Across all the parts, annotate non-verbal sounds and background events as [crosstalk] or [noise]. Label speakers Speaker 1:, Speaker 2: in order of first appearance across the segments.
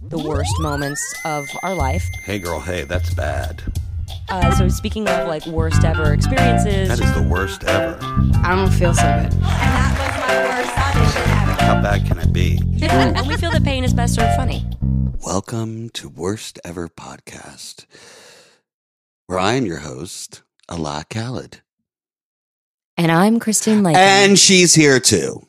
Speaker 1: the worst moments of our life.
Speaker 2: Hey, girl, hey, that's bad.
Speaker 1: Uh, so speaking of like worst ever experiences,
Speaker 2: That is Mm. the worst ever.
Speaker 3: I don't feel so good.
Speaker 4: And that was my worst audition ever.
Speaker 2: How bad can it be?
Speaker 1: and we feel that pain is best served funny.
Speaker 2: Welcome to Worst Ever Podcast, where I am your host, Allah Khaled.
Speaker 1: And I'm Christine Lake.
Speaker 2: And she's here too.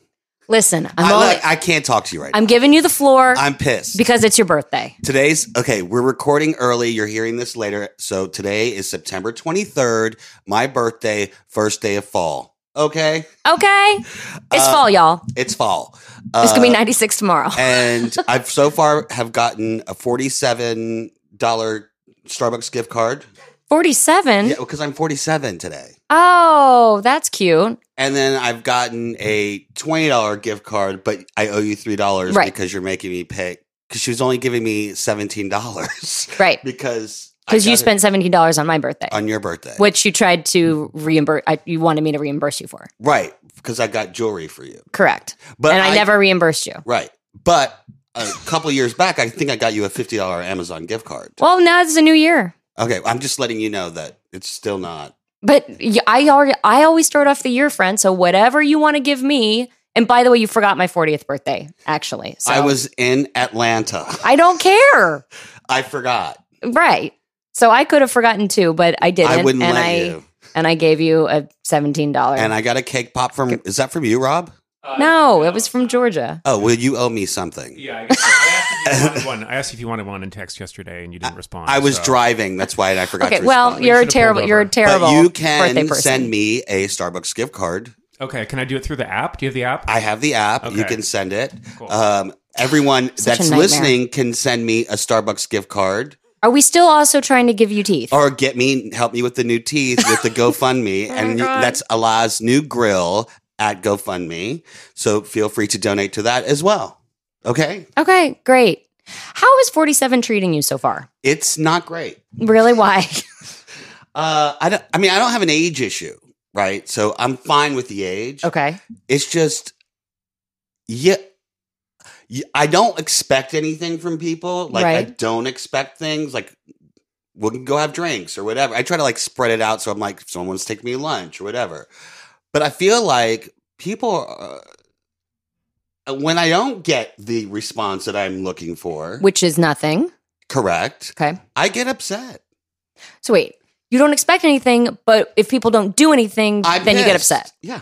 Speaker 1: Listen, I'm
Speaker 2: I,
Speaker 1: all,
Speaker 2: look, I can't talk to you right
Speaker 1: I'm giving you the floor
Speaker 2: now. I'm pissed.
Speaker 1: because it's your birthday.
Speaker 2: Today's okay, we're recording early. You're hearing this later. So today is September 23rd, my birthday, first day of fall. Okay?
Speaker 1: Okay, it's
Speaker 2: Uh,
Speaker 1: fall, y'all.
Speaker 2: It's fall.
Speaker 1: It's gonna be
Speaker 2: Uh,
Speaker 1: 96 tomorrow.
Speaker 2: and I've so far have gotten a forty-seven dollar Starbucks gift card.
Speaker 1: 47.
Speaker 2: Yeah, because I'm forty-seven today.
Speaker 1: Oh, that's cute.
Speaker 2: And then I've gotten a twenty dollar gift card, but I owe you three dollars
Speaker 1: Right.
Speaker 2: because you're making me pay. Because she was only giving me seventeen dollars [laughs]
Speaker 1: Right,
Speaker 2: because I
Speaker 1: because you
Speaker 2: got it
Speaker 1: spent 70 dollars on my birthday,
Speaker 2: on your birthday,
Speaker 1: which you tried to reimburse. I, you wanted me to reimburse you for.
Speaker 2: right? Because I got jewelry for you,
Speaker 1: Correct.
Speaker 2: but
Speaker 1: and I, never reimbursed you.
Speaker 2: right. But a couple years back, I think I got you a fifty dollar Amazon gift card.
Speaker 1: Well, now it's a new year.
Speaker 2: Okay, I'm just letting you know that it's still not
Speaker 1: But y- I already, I always start off the year, friend. So whatever you want to give me. And by the way, you forgot my 40th birthday, actually. So
Speaker 2: I was in Atlanta.
Speaker 1: I don't care.
Speaker 2: I forgot.
Speaker 1: Right. So I could have forgotten too, but I didn't.
Speaker 2: I wouldn't
Speaker 1: and
Speaker 2: let
Speaker 1: I
Speaker 2: you.
Speaker 1: and I gave you a seventeen dollar.
Speaker 2: And I got a cake pop from. Is that from you, Rob?
Speaker 5: Uh,
Speaker 1: No, it was from Georgia.
Speaker 2: Oh, will you owe me something?
Speaker 5: Yeah, I, guess so. I asked if you wanted one. I asked if you wanted one in text yesterday, and you didn't respond.
Speaker 2: I was
Speaker 5: so-
Speaker 2: driving. That's why I forgot.
Speaker 1: Okay,
Speaker 2: to
Speaker 1: well,
Speaker 2: respond.
Speaker 1: you're a
Speaker 5: should have
Speaker 1: terrible.
Speaker 5: pulled
Speaker 1: You're a
Speaker 5: over.
Speaker 1: terrible.
Speaker 2: But you
Speaker 1: birthday
Speaker 2: can
Speaker 1: person.
Speaker 2: send me a Starbucks gift card.
Speaker 5: Okay, can I do it through the app? Do you have the app?
Speaker 2: I have the app. You
Speaker 5: Okay.
Speaker 2: can send it.
Speaker 5: Cool.
Speaker 2: Um, everyone
Speaker 1: Such a
Speaker 2: that's
Speaker 1: nightmare.
Speaker 2: listening can send me a Starbucks gift card
Speaker 1: Are we still also trying to give you teeth?
Speaker 2: or get me help me with the new teeth with the GoFundMe, and you- that's Allah's new grill at GoFundMe. So feel free to donate to that as well. Okay,
Speaker 1: okay, great. How is forty seven treating you so far?
Speaker 2: it's not great.
Speaker 1: Really? Why?
Speaker 2: Uh, I don't, I mean, I don't have an age issue, right? So I'm fine with the age.
Speaker 1: okay.
Speaker 2: It's just, yeah, yeah, I don't expect anything from people. Like, I
Speaker 1: Right.
Speaker 2: don't expect things. Like, we can go have drinks or whatever. I try to like spread it out. So I'm like, someone's taking me lunch or whatever. But I feel like people, uh, when I don't get the response that I'm looking for,
Speaker 1: Which is nothing.
Speaker 2: correct,
Speaker 1: Okay.
Speaker 2: I get upset.
Speaker 1: So wait, you don't expect anything, but if people don't do anything,
Speaker 2: I'm
Speaker 1: then you get
Speaker 2: pissed.
Speaker 1: upset.
Speaker 2: Yeah.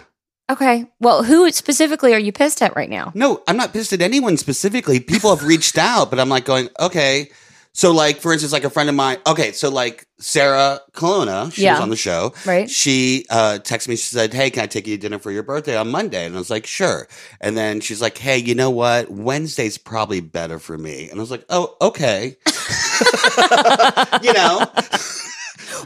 Speaker 1: Okay. Well, who specifically are you pissed at right now?
Speaker 2: No, I'm not pissed at anyone specifically. People have reached out, but I'm like going, okay. So, like, for instance, like a friend of mine, okay, so like Sarah Colonna, she
Speaker 1: Yeah.
Speaker 2: was on the show. [laughs]
Speaker 1: Right.
Speaker 2: She uh, texted me, she said, hey, can I take you to dinner for your birthday on Monday? And I was like, sure. And then she's like, hey, you know what? Wednesday's probably better for me. And I was like, oh, okay. [laughs] you know?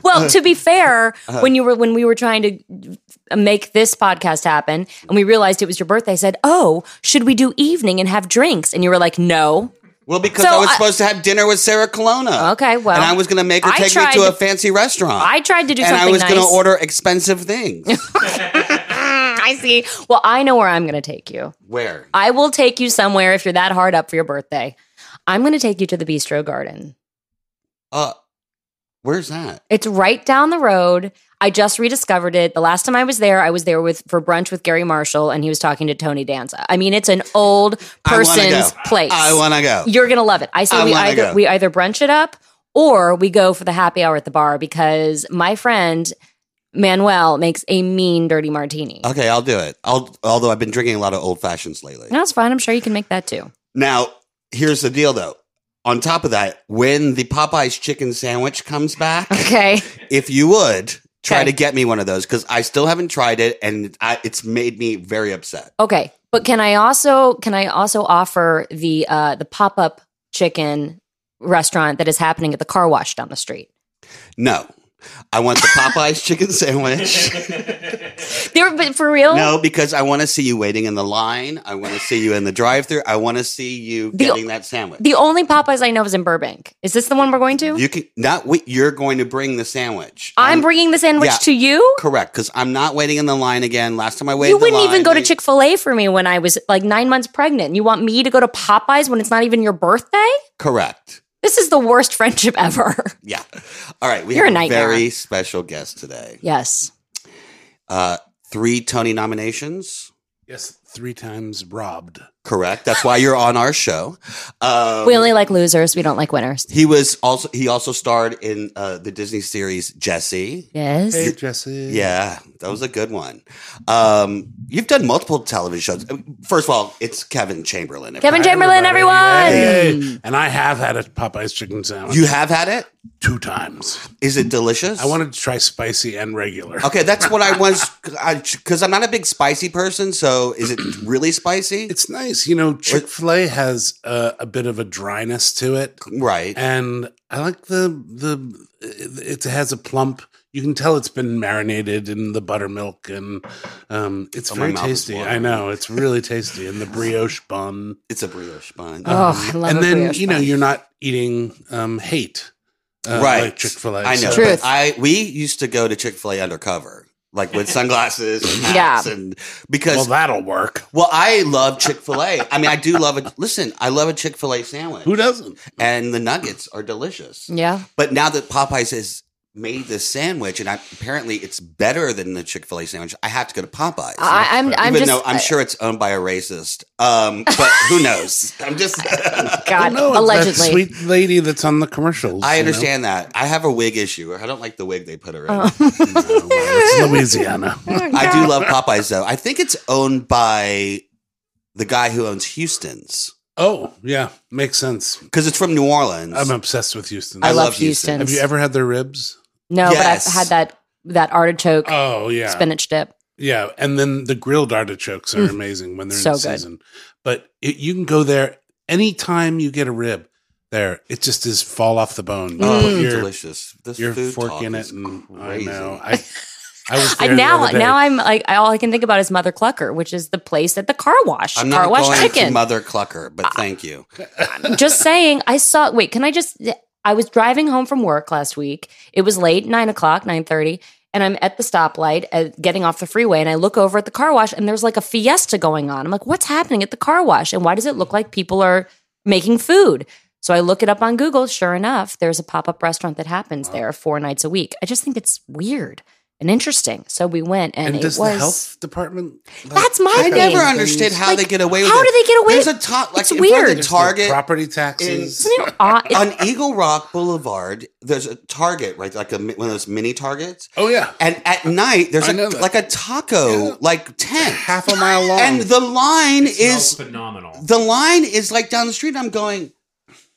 Speaker 1: Well, to be fair,
Speaker 2: Uh-huh.
Speaker 1: when you were when we were trying to make this podcast happen and we realized it was your birthday, I said, "Oh, should we do evening and have drinks?" And you were like, "No."
Speaker 2: Well, because
Speaker 1: So
Speaker 2: I was
Speaker 1: I-
Speaker 2: supposed to have dinner with Sarah Colonna.
Speaker 1: Okay, well,
Speaker 2: and I was going to make her
Speaker 1: I
Speaker 2: take me
Speaker 1: tried
Speaker 2: to a
Speaker 1: to-
Speaker 2: fancy restaurant.
Speaker 1: I tried to do
Speaker 2: and
Speaker 1: something
Speaker 2: I was
Speaker 1: nice.
Speaker 2: going to order expensive things.
Speaker 1: [laughs] I see. Well, I know where I'm going to take you.
Speaker 2: Where?
Speaker 1: I will take you somewhere if you're that hard up for your birthday. I'm going to take you to the Bistro Garden.
Speaker 2: Uh, where's that?
Speaker 1: It's right down the road. I just rediscovered it. The last time I was there, I was there with for brunch with Gary Marshall, and he was talking to Tony Danza. I mean, it's an old
Speaker 2: I wanna go.
Speaker 1: person's place.
Speaker 2: I want to go.
Speaker 1: You're gonna love it. I say
Speaker 2: I
Speaker 1: we
Speaker 2: wanna
Speaker 1: either
Speaker 2: go.
Speaker 1: we either brunch it up or we go for the happy hour at the bar because my friend Manuel makes a mean dirty martini.
Speaker 2: Okay, I'll do it. I'll, although I've been drinking a lot of old fashions lately.
Speaker 1: No, it's fine. I'm sure you can make that too.
Speaker 2: Now, here's the deal though. On top of that, when the Popeyes chicken sandwich comes back,
Speaker 1: Okay.
Speaker 2: if you would try
Speaker 1: Okay.
Speaker 2: to get me one of those because I still haven't tried it and I, it's made me very upset.
Speaker 1: Okay. But can I also can I also offer the uh the pop up chicken restaurant that is happening at the car wash down the street?
Speaker 2: No, I want the
Speaker 1: [laughs]
Speaker 2: Popeyes chicken sandwich.
Speaker 1: They were, but for real?
Speaker 2: No, because I want to see you waiting in the line. I want to see you in the drive-through. I want to see you getting that sandwich.
Speaker 1: The only Popeyes I know is in Burbank. Is this the one we're going to?
Speaker 2: you can not. wait- You're going to bring the sandwich.
Speaker 1: I'm bringing the sandwich
Speaker 2: Yeah.
Speaker 1: to you?
Speaker 2: correct because I'm not waiting in the line again. Last time I waited,
Speaker 1: You
Speaker 2: in the
Speaker 1: wouldn't even
Speaker 2: line,
Speaker 1: go to
Speaker 2: they-
Speaker 1: Chick fil A for me when I was like nine months pregnant. You want me to go to Popeyes when it's not even your birthday?
Speaker 2: Correct.
Speaker 1: This is the worst [laughs] friendship ever.
Speaker 2: Yeah. All right. We
Speaker 1: You're
Speaker 2: have
Speaker 1: a
Speaker 2: a,
Speaker 1: nightmare.
Speaker 2: very special guest today.
Speaker 1: yes.
Speaker 2: Uh, three Tony nominations.
Speaker 6: Yes, three times robbed.
Speaker 2: Correct. That's why you're on our show. Um,
Speaker 1: We only like losers. We don't like winners.
Speaker 2: he was also he also starred in uh, the Disney series Jesse.
Speaker 1: Yes.
Speaker 6: Hey, Jesse.
Speaker 2: Yeah, that was a good one. Um, you've done multiple television shows. First of all, it's Kevin Chamberlain.
Speaker 1: Kevin Chamberlain, everyone.
Speaker 6: Hey, and I have had a Popeye's chicken sandwich
Speaker 2: You have had it.
Speaker 6: two times.
Speaker 2: Is it delicious?
Speaker 6: I wanted to try spicy and regular.
Speaker 2: Okay, that's what I was because I'm not a big spicy person. So
Speaker 6: [clears throat]
Speaker 2: is it really spicy?
Speaker 6: It's nice, you know. Chick Fil A has a, a bit of a dryness to it,
Speaker 2: right.
Speaker 6: and I like the the. It has a plump. You can tell it's been marinated in the buttermilk, and um, it's
Speaker 2: Oh, my
Speaker 6: very
Speaker 2: mouth is
Speaker 6: tasty. I
Speaker 2: watering.
Speaker 6: know it's really tasty, and the brioche bun.
Speaker 2: It's a brioche bun.
Speaker 1: oh, I love a
Speaker 6: Um, and then
Speaker 1: brioche
Speaker 6: you know
Speaker 1: bun.
Speaker 6: you're not eating um, hate, uh,
Speaker 2: right.
Speaker 6: Like Chick Fil A.
Speaker 2: I know.
Speaker 1: Truth.
Speaker 2: but I we used to go to Chick Fil A undercover, like with
Speaker 1: [laughs]
Speaker 2: sunglasses and hats,
Speaker 1: Yeah.
Speaker 2: and
Speaker 6: well,
Speaker 2: because well,
Speaker 6: that'll work.
Speaker 2: I love Chick Fil A. I mean, I do love a listen. I love a Chick Fil A sandwich,
Speaker 6: Who
Speaker 1: Uh,
Speaker 6: doesn't?
Speaker 2: and the nuggets are delicious.
Speaker 1: yeah.
Speaker 2: But now that Popeyes has made this sandwich, and I, apparently it's better than the Chick Fil A sandwich, I have to go to Popeyes.
Speaker 1: I, I'm, I'm
Speaker 2: even
Speaker 1: just. uh,
Speaker 2: though I'm sure it's owned by a racist, um, but
Speaker 1: [laughs]
Speaker 2: who knows? I'm just. Oh,
Speaker 1: God,
Speaker 6: no,
Speaker 1: allegedly.
Speaker 6: sweet lady that's on the commercials.
Speaker 2: [laughs] I
Speaker 6: you know?
Speaker 2: understand that. I have a wig issue. I don't like the wig they put her in.
Speaker 1: Oh.
Speaker 2: [laughs]
Speaker 1: [laughs]
Speaker 6: It's Louisiana. [laughs]
Speaker 2: I do love Popeyes though. I think it's owned by the guy who owns Houston's
Speaker 6: oh yeah, makes sense.
Speaker 2: because it's from New Orleans.
Speaker 6: I'm obsessed with Houston.
Speaker 1: I,
Speaker 2: I
Speaker 1: love,
Speaker 2: love
Speaker 1: Houston.
Speaker 2: Houston.
Speaker 6: Have you ever had their ribs?
Speaker 1: No,
Speaker 2: Yes.
Speaker 1: but I've had that that artichoke
Speaker 6: Oh yeah,
Speaker 1: spinach dip.
Speaker 6: yeah. And then the grilled artichokes are amazing when they're
Speaker 1: So
Speaker 6: in
Speaker 1: good.
Speaker 6: season. But it, you can go there anytime you get a rib. There, it just is fall off the bone. You
Speaker 2: oh,
Speaker 6: put
Speaker 2: it's
Speaker 1: Mm.
Speaker 6: your-
Speaker 2: delicious. This
Speaker 6: You're
Speaker 2: food talk
Speaker 6: forking it,
Speaker 2: is
Speaker 6: and
Speaker 2: crazy. [laughs]
Speaker 6: I know. I, I was
Speaker 1: I,
Speaker 6: there the
Speaker 1: now,
Speaker 6: other day.
Speaker 1: now I'm like all I can think about is Mother Clucker, which is the place at the car wash.
Speaker 2: I'm
Speaker 1: car
Speaker 2: not
Speaker 1: wash
Speaker 2: going to
Speaker 1: chicken.
Speaker 2: Mother Clucker, but thank you.
Speaker 1: [laughs] just saying, I saw. Wait, can I just? I was driving home from work last week. It was late, nine o'clock, nine thirty, and I'm at the stoplight, uh, getting off the freeway, and I look over at the car wash, and there's like a fiesta going on. I'm like, what's happening at the car wash, and why does it look like people are making food? So I look it up on Google. Sure enough, there's a pop up restaurant that happens there four nights a week. I just think it's weird and interesting. So we went, and,
Speaker 6: And
Speaker 1: it
Speaker 6: does
Speaker 1: was.
Speaker 6: the health department? like,
Speaker 1: that's my
Speaker 2: I
Speaker 1: thing.
Speaker 2: never understood how
Speaker 1: Like,
Speaker 2: they get away with
Speaker 1: how
Speaker 2: it.
Speaker 1: do they get away
Speaker 2: There's
Speaker 1: with-
Speaker 2: a top like
Speaker 1: It's
Speaker 2: in front of
Speaker 1: weird.
Speaker 2: the
Speaker 1: There's
Speaker 6: their
Speaker 2: Target
Speaker 6: property taxes.
Speaker 1: Isn't
Speaker 2: [laughs]
Speaker 1: it odd? It-
Speaker 2: on Eagle Rock Boulevard. There's a Target right, like a, mi- one of those mini Targets.
Speaker 6: oh yeah,
Speaker 2: And at night, there's a,
Speaker 6: I know that.
Speaker 2: like a taco
Speaker 6: Yeah.
Speaker 2: like tent,
Speaker 6: half a mile long.
Speaker 2: and the line
Speaker 5: Smells
Speaker 2: is
Speaker 5: phenomenal.
Speaker 2: the line is like down the street. and I'm going.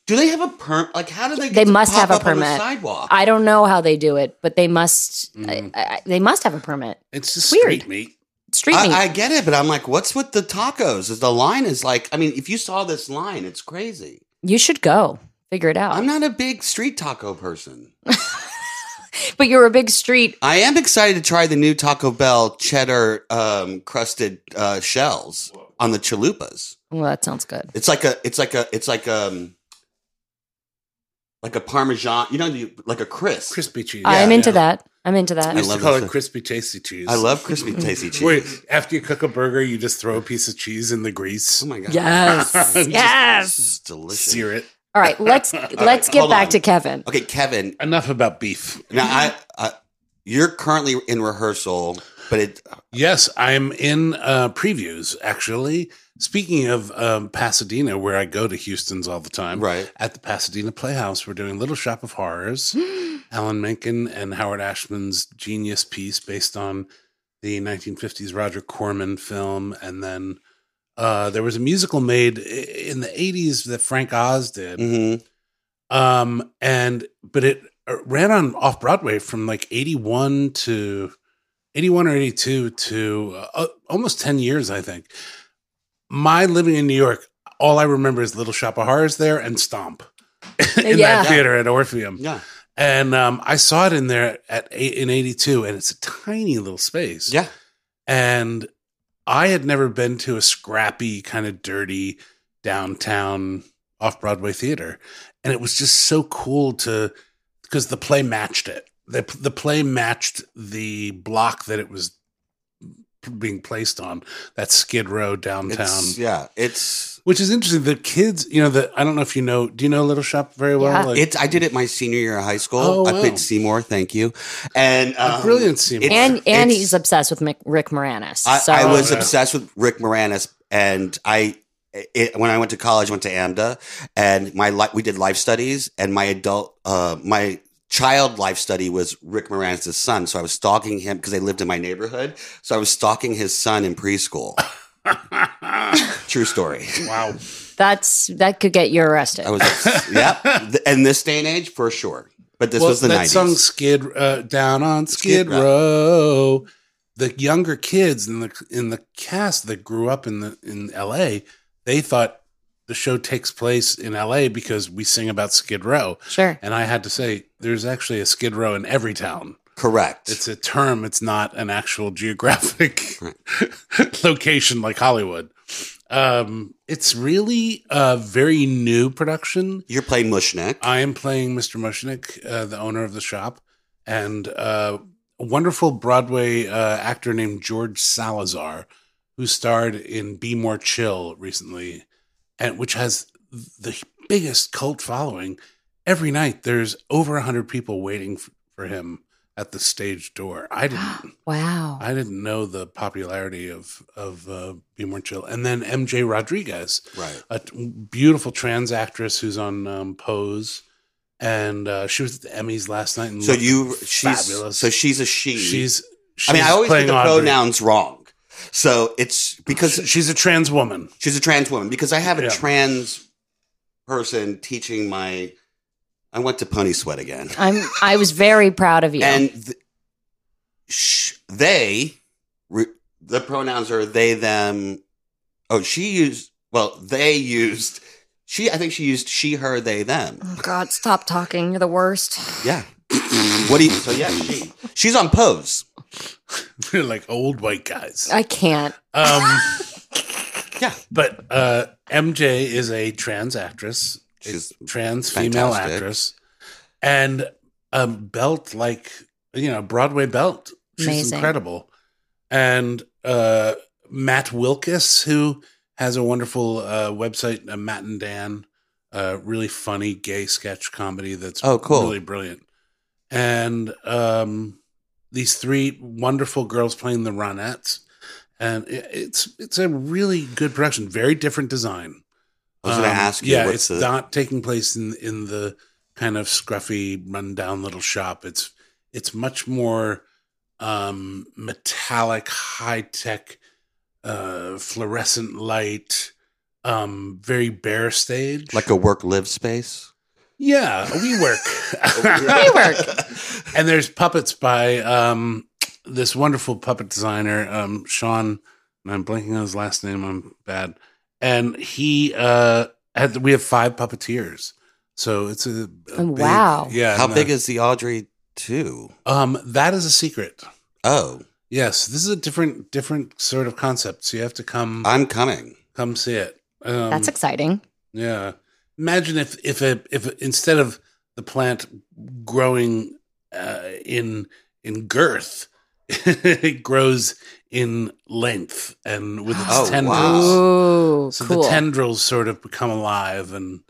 Speaker 2: Do they have a permit? Like, how do they? Get
Speaker 1: They
Speaker 2: to
Speaker 1: must
Speaker 2: pop
Speaker 1: have a
Speaker 2: up on the
Speaker 1: permit.
Speaker 2: sidewalk.
Speaker 1: I don't know how they do it, but they must.
Speaker 2: Mm.
Speaker 1: I, I, they must have a permit.
Speaker 6: it's just
Speaker 1: Weird.
Speaker 6: street meat.
Speaker 1: Street
Speaker 2: I,
Speaker 1: meat.
Speaker 2: I get it, but I'm like, what's with the tacos? Is the line is like? I mean, if you saw this line, it's crazy.
Speaker 1: you should go figure it out.
Speaker 2: I'm not a big street taco person.
Speaker 1: but you're a big street.
Speaker 2: I am excited to try the new Taco Bell cheddar um, crusted uh, shells on the chalupas.
Speaker 1: Well, that sounds good.
Speaker 2: It's like a, it's like a, it's like um, like a parmesan. You know, you, like a crisp.
Speaker 6: Crispy cheese.
Speaker 1: I'm
Speaker 6: Yeah.
Speaker 1: into that. I'm into that.
Speaker 6: We used
Speaker 2: love
Speaker 6: to call
Speaker 2: this.
Speaker 6: it crispy tasty cheese.
Speaker 2: I love crispy tasty cheese.
Speaker 6: Where after you cook a burger, you just throw a piece of cheese in the grease,
Speaker 2: Oh my god!
Speaker 1: Yes.
Speaker 2: [laughs] This is-
Speaker 1: yes.
Speaker 2: this is delicious.
Speaker 6: sear it.
Speaker 1: All right.
Speaker 2: [laughs]
Speaker 1: Let's let's get
Speaker 2: hold
Speaker 1: back
Speaker 2: on.
Speaker 1: to Kevin.
Speaker 2: Okay, Kevin.
Speaker 6: Enough about beef.
Speaker 2: Now I, I, you're currently in rehearsal, but it
Speaker 6: Yes, I'm in uh, previews actually. Speaking of um, Pasadena, where I go to Houston's all the time,
Speaker 2: Right.
Speaker 6: At the Pasadena Playhouse, we're doing Little Shop of Horrors, Alan Menken and Howard Ashman's genius piece based on the 1950s Roger Corman film, and then uh, there was a musical made i- in the 80s that Frank Oz did,
Speaker 2: mhm.
Speaker 6: um, and but it uh, ran on off Broadway from like eighty one to eighty one or eighty two to uh, almost ten years, I think. My living in New York, all I remember is Little Shop of Horrors there and Stomp [laughs] in
Speaker 1: Yeah.
Speaker 6: that theater at Orpheum,
Speaker 2: yeah.
Speaker 6: And um, I saw it in there at eight, in '82, and it's a tiny little space.
Speaker 2: Yeah.
Speaker 6: And I had never been to a scrappy, kind of dirty downtown off Broadway theater. And it was just so cool to, because the play matched it. The, the play matched the block that it was being placed on, that Skid Row downtown.
Speaker 2: It's, yeah. It's
Speaker 6: Which is interesting. The kids, you know, the I don't know if you know. Do you know Little Shop very well?
Speaker 1: Yeah.
Speaker 6: Like,
Speaker 2: it's. I did it my senior year of high school.
Speaker 6: Oh,
Speaker 2: I
Speaker 6: wow.
Speaker 2: played Seymour. Thank you. And
Speaker 6: a
Speaker 2: um,
Speaker 6: brilliant scene.
Speaker 2: it's-
Speaker 1: and and
Speaker 2: it's-
Speaker 1: he's obsessed with Mick, Rick Moranis.
Speaker 2: I,
Speaker 1: so
Speaker 2: I was
Speaker 6: yeah.
Speaker 2: obsessed with Rick Moranis, and I it, when I went to college, went to AMDA, and my li- we did life studies, and my adult uh, my child life study was Rick Moranis' son, so I was stalking him because they lived in my neighborhood, so I was stalking his son in preschool.
Speaker 6: [laughs]
Speaker 2: True story.
Speaker 6: wow.
Speaker 1: that's that could get you arrested.
Speaker 2: I was obs-
Speaker 6: [laughs]
Speaker 2: yep, Th- in this day and age for sure. But this
Speaker 6: well,
Speaker 2: was the
Speaker 6: that song
Speaker 2: nineties.
Speaker 6: Skid uh, Down on Skid,
Speaker 2: Skid
Speaker 6: Row.
Speaker 2: Row.
Speaker 6: The younger kids in the in the cast that grew up in the in L.A. They thought the show takes place in L.A. because we sing about Skid Row,
Speaker 1: sure.
Speaker 6: and I had to say there's actually a Skid Row in every town.
Speaker 2: Correct.
Speaker 6: It's a term. It's not an actual geographic [laughs] location like Hollywood. Um, it's really a very new production.
Speaker 2: You're playing Mushnick.
Speaker 6: I am playing Mr. Mushnick, uh, the owner of the shop, and uh, a wonderful Broadway uh, actor named George Salazar, who starred in Be More Chill recently, and which has the biggest cult following. Every night, there's over 100 people waiting f- for him at the stage door. I didn't.
Speaker 1: [gasps] Wow.
Speaker 6: I didn't know the popularity of of uh, Be More Chill, and then MJ Rodriguez,
Speaker 2: right.
Speaker 6: a t- beautiful trans actress who's on um, Pose, and uh, she was at the Emmys last night. And
Speaker 2: So
Speaker 6: looked
Speaker 2: you she's
Speaker 6: fabulous.
Speaker 2: so she's a she.
Speaker 6: she's, she's
Speaker 2: I mean, I always
Speaker 6: playing
Speaker 2: get the
Speaker 6: Audrey.
Speaker 2: pronouns wrong. So it's because
Speaker 6: She's a trans woman. [laughs]
Speaker 2: she's a trans woman. Because I have a
Speaker 6: Yeah.
Speaker 2: trans person teaching my. I went to pony sweat again,
Speaker 1: I'm I was very proud of you.
Speaker 2: and th- sh- they, re- the pronouns are they them. Oh, she used. Well, they used. She, I think she used she, her, they, them.
Speaker 1: [laughs] oh God, stop talking. You're the worst.
Speaker 2: Yeah. what do you? So yeah, she. She's on pose.
Speaker 6: They're like old
Speaker 2: [laughs]
Speaker 6: white guys.
Speaker 1: I can't.
Speaker 6: Um,
Speaker 2: Yeah.
Speaker 6: but uh, MJ is a trans actress.
Speaker 2: She's
Speaker 6: a trans female
Speaker 2: fantastic.
Speaker 6: actress, and a belt like you know Broadway belt. She's
Speaker 1: Amazing.
Speaker 6: incredible. And uh, Matt Wilkes, who has a wonderful uh, website, uh, Matt and Dan, uh, really funny gay sketch comedy that's
Speaker 2: Oh, cool.
Speaker 6: really brilliant. And um, these three wonderful girls playing the Ronettes. And it- it's it's a really good production, very different design.
Speaker 2: I was going
Speaker 6: Um,
Speaker 2: to ask you.
Speaker 6: Yeah,
Speaker 2: what's
Speaker 6: it's
Speaker 2: the,
Speaker 6: not taking place in in the kind of scruffy, rundown little shop. It's it's much more um, metallic, high tech, uh, fluorescent light, um, very bare stage.
Speaker 2: like a work
Speaker 1: [laughs]
Speaker 2: live space.
Speaker 6: yeah, we work.
Speaker 2: [laughs]
Speaker 6: and there's puppets by um, this wonderful puppet designer, um, Sean. And I'm blanking on his last name. I'm bad. And he uh, had we have five puppeteers, so it's a, a
Speaker 1: Oh, wow.
Speaker 6: Yeah,
Speaker 2: How
Speaker 6: and,
Speaker 2: big
Speaker 6: uh,
Speaker 2: is the Audrey two?
Speaker 6: um that is a secret.
Speaker 2: Oh,
Speaker 6: Yes, this is a different different sort of concept. So you have to come
Speaker 2: I'm coming.
Speaker 6: come see it. Um,
Speaker 1: That's exciting.
Speaker 6: Yeah. Imagine if if a, if instead of the plant growing uh, in in girth, [laughs] it grows in length and with its
Speaker 2: Oh, wow.
Speaker 6: tendrils.
Speaker 1: Ooh,
Speaker 6: So
Speaker 1: cool.
Speaker 6: the tendrils sort of become alive, and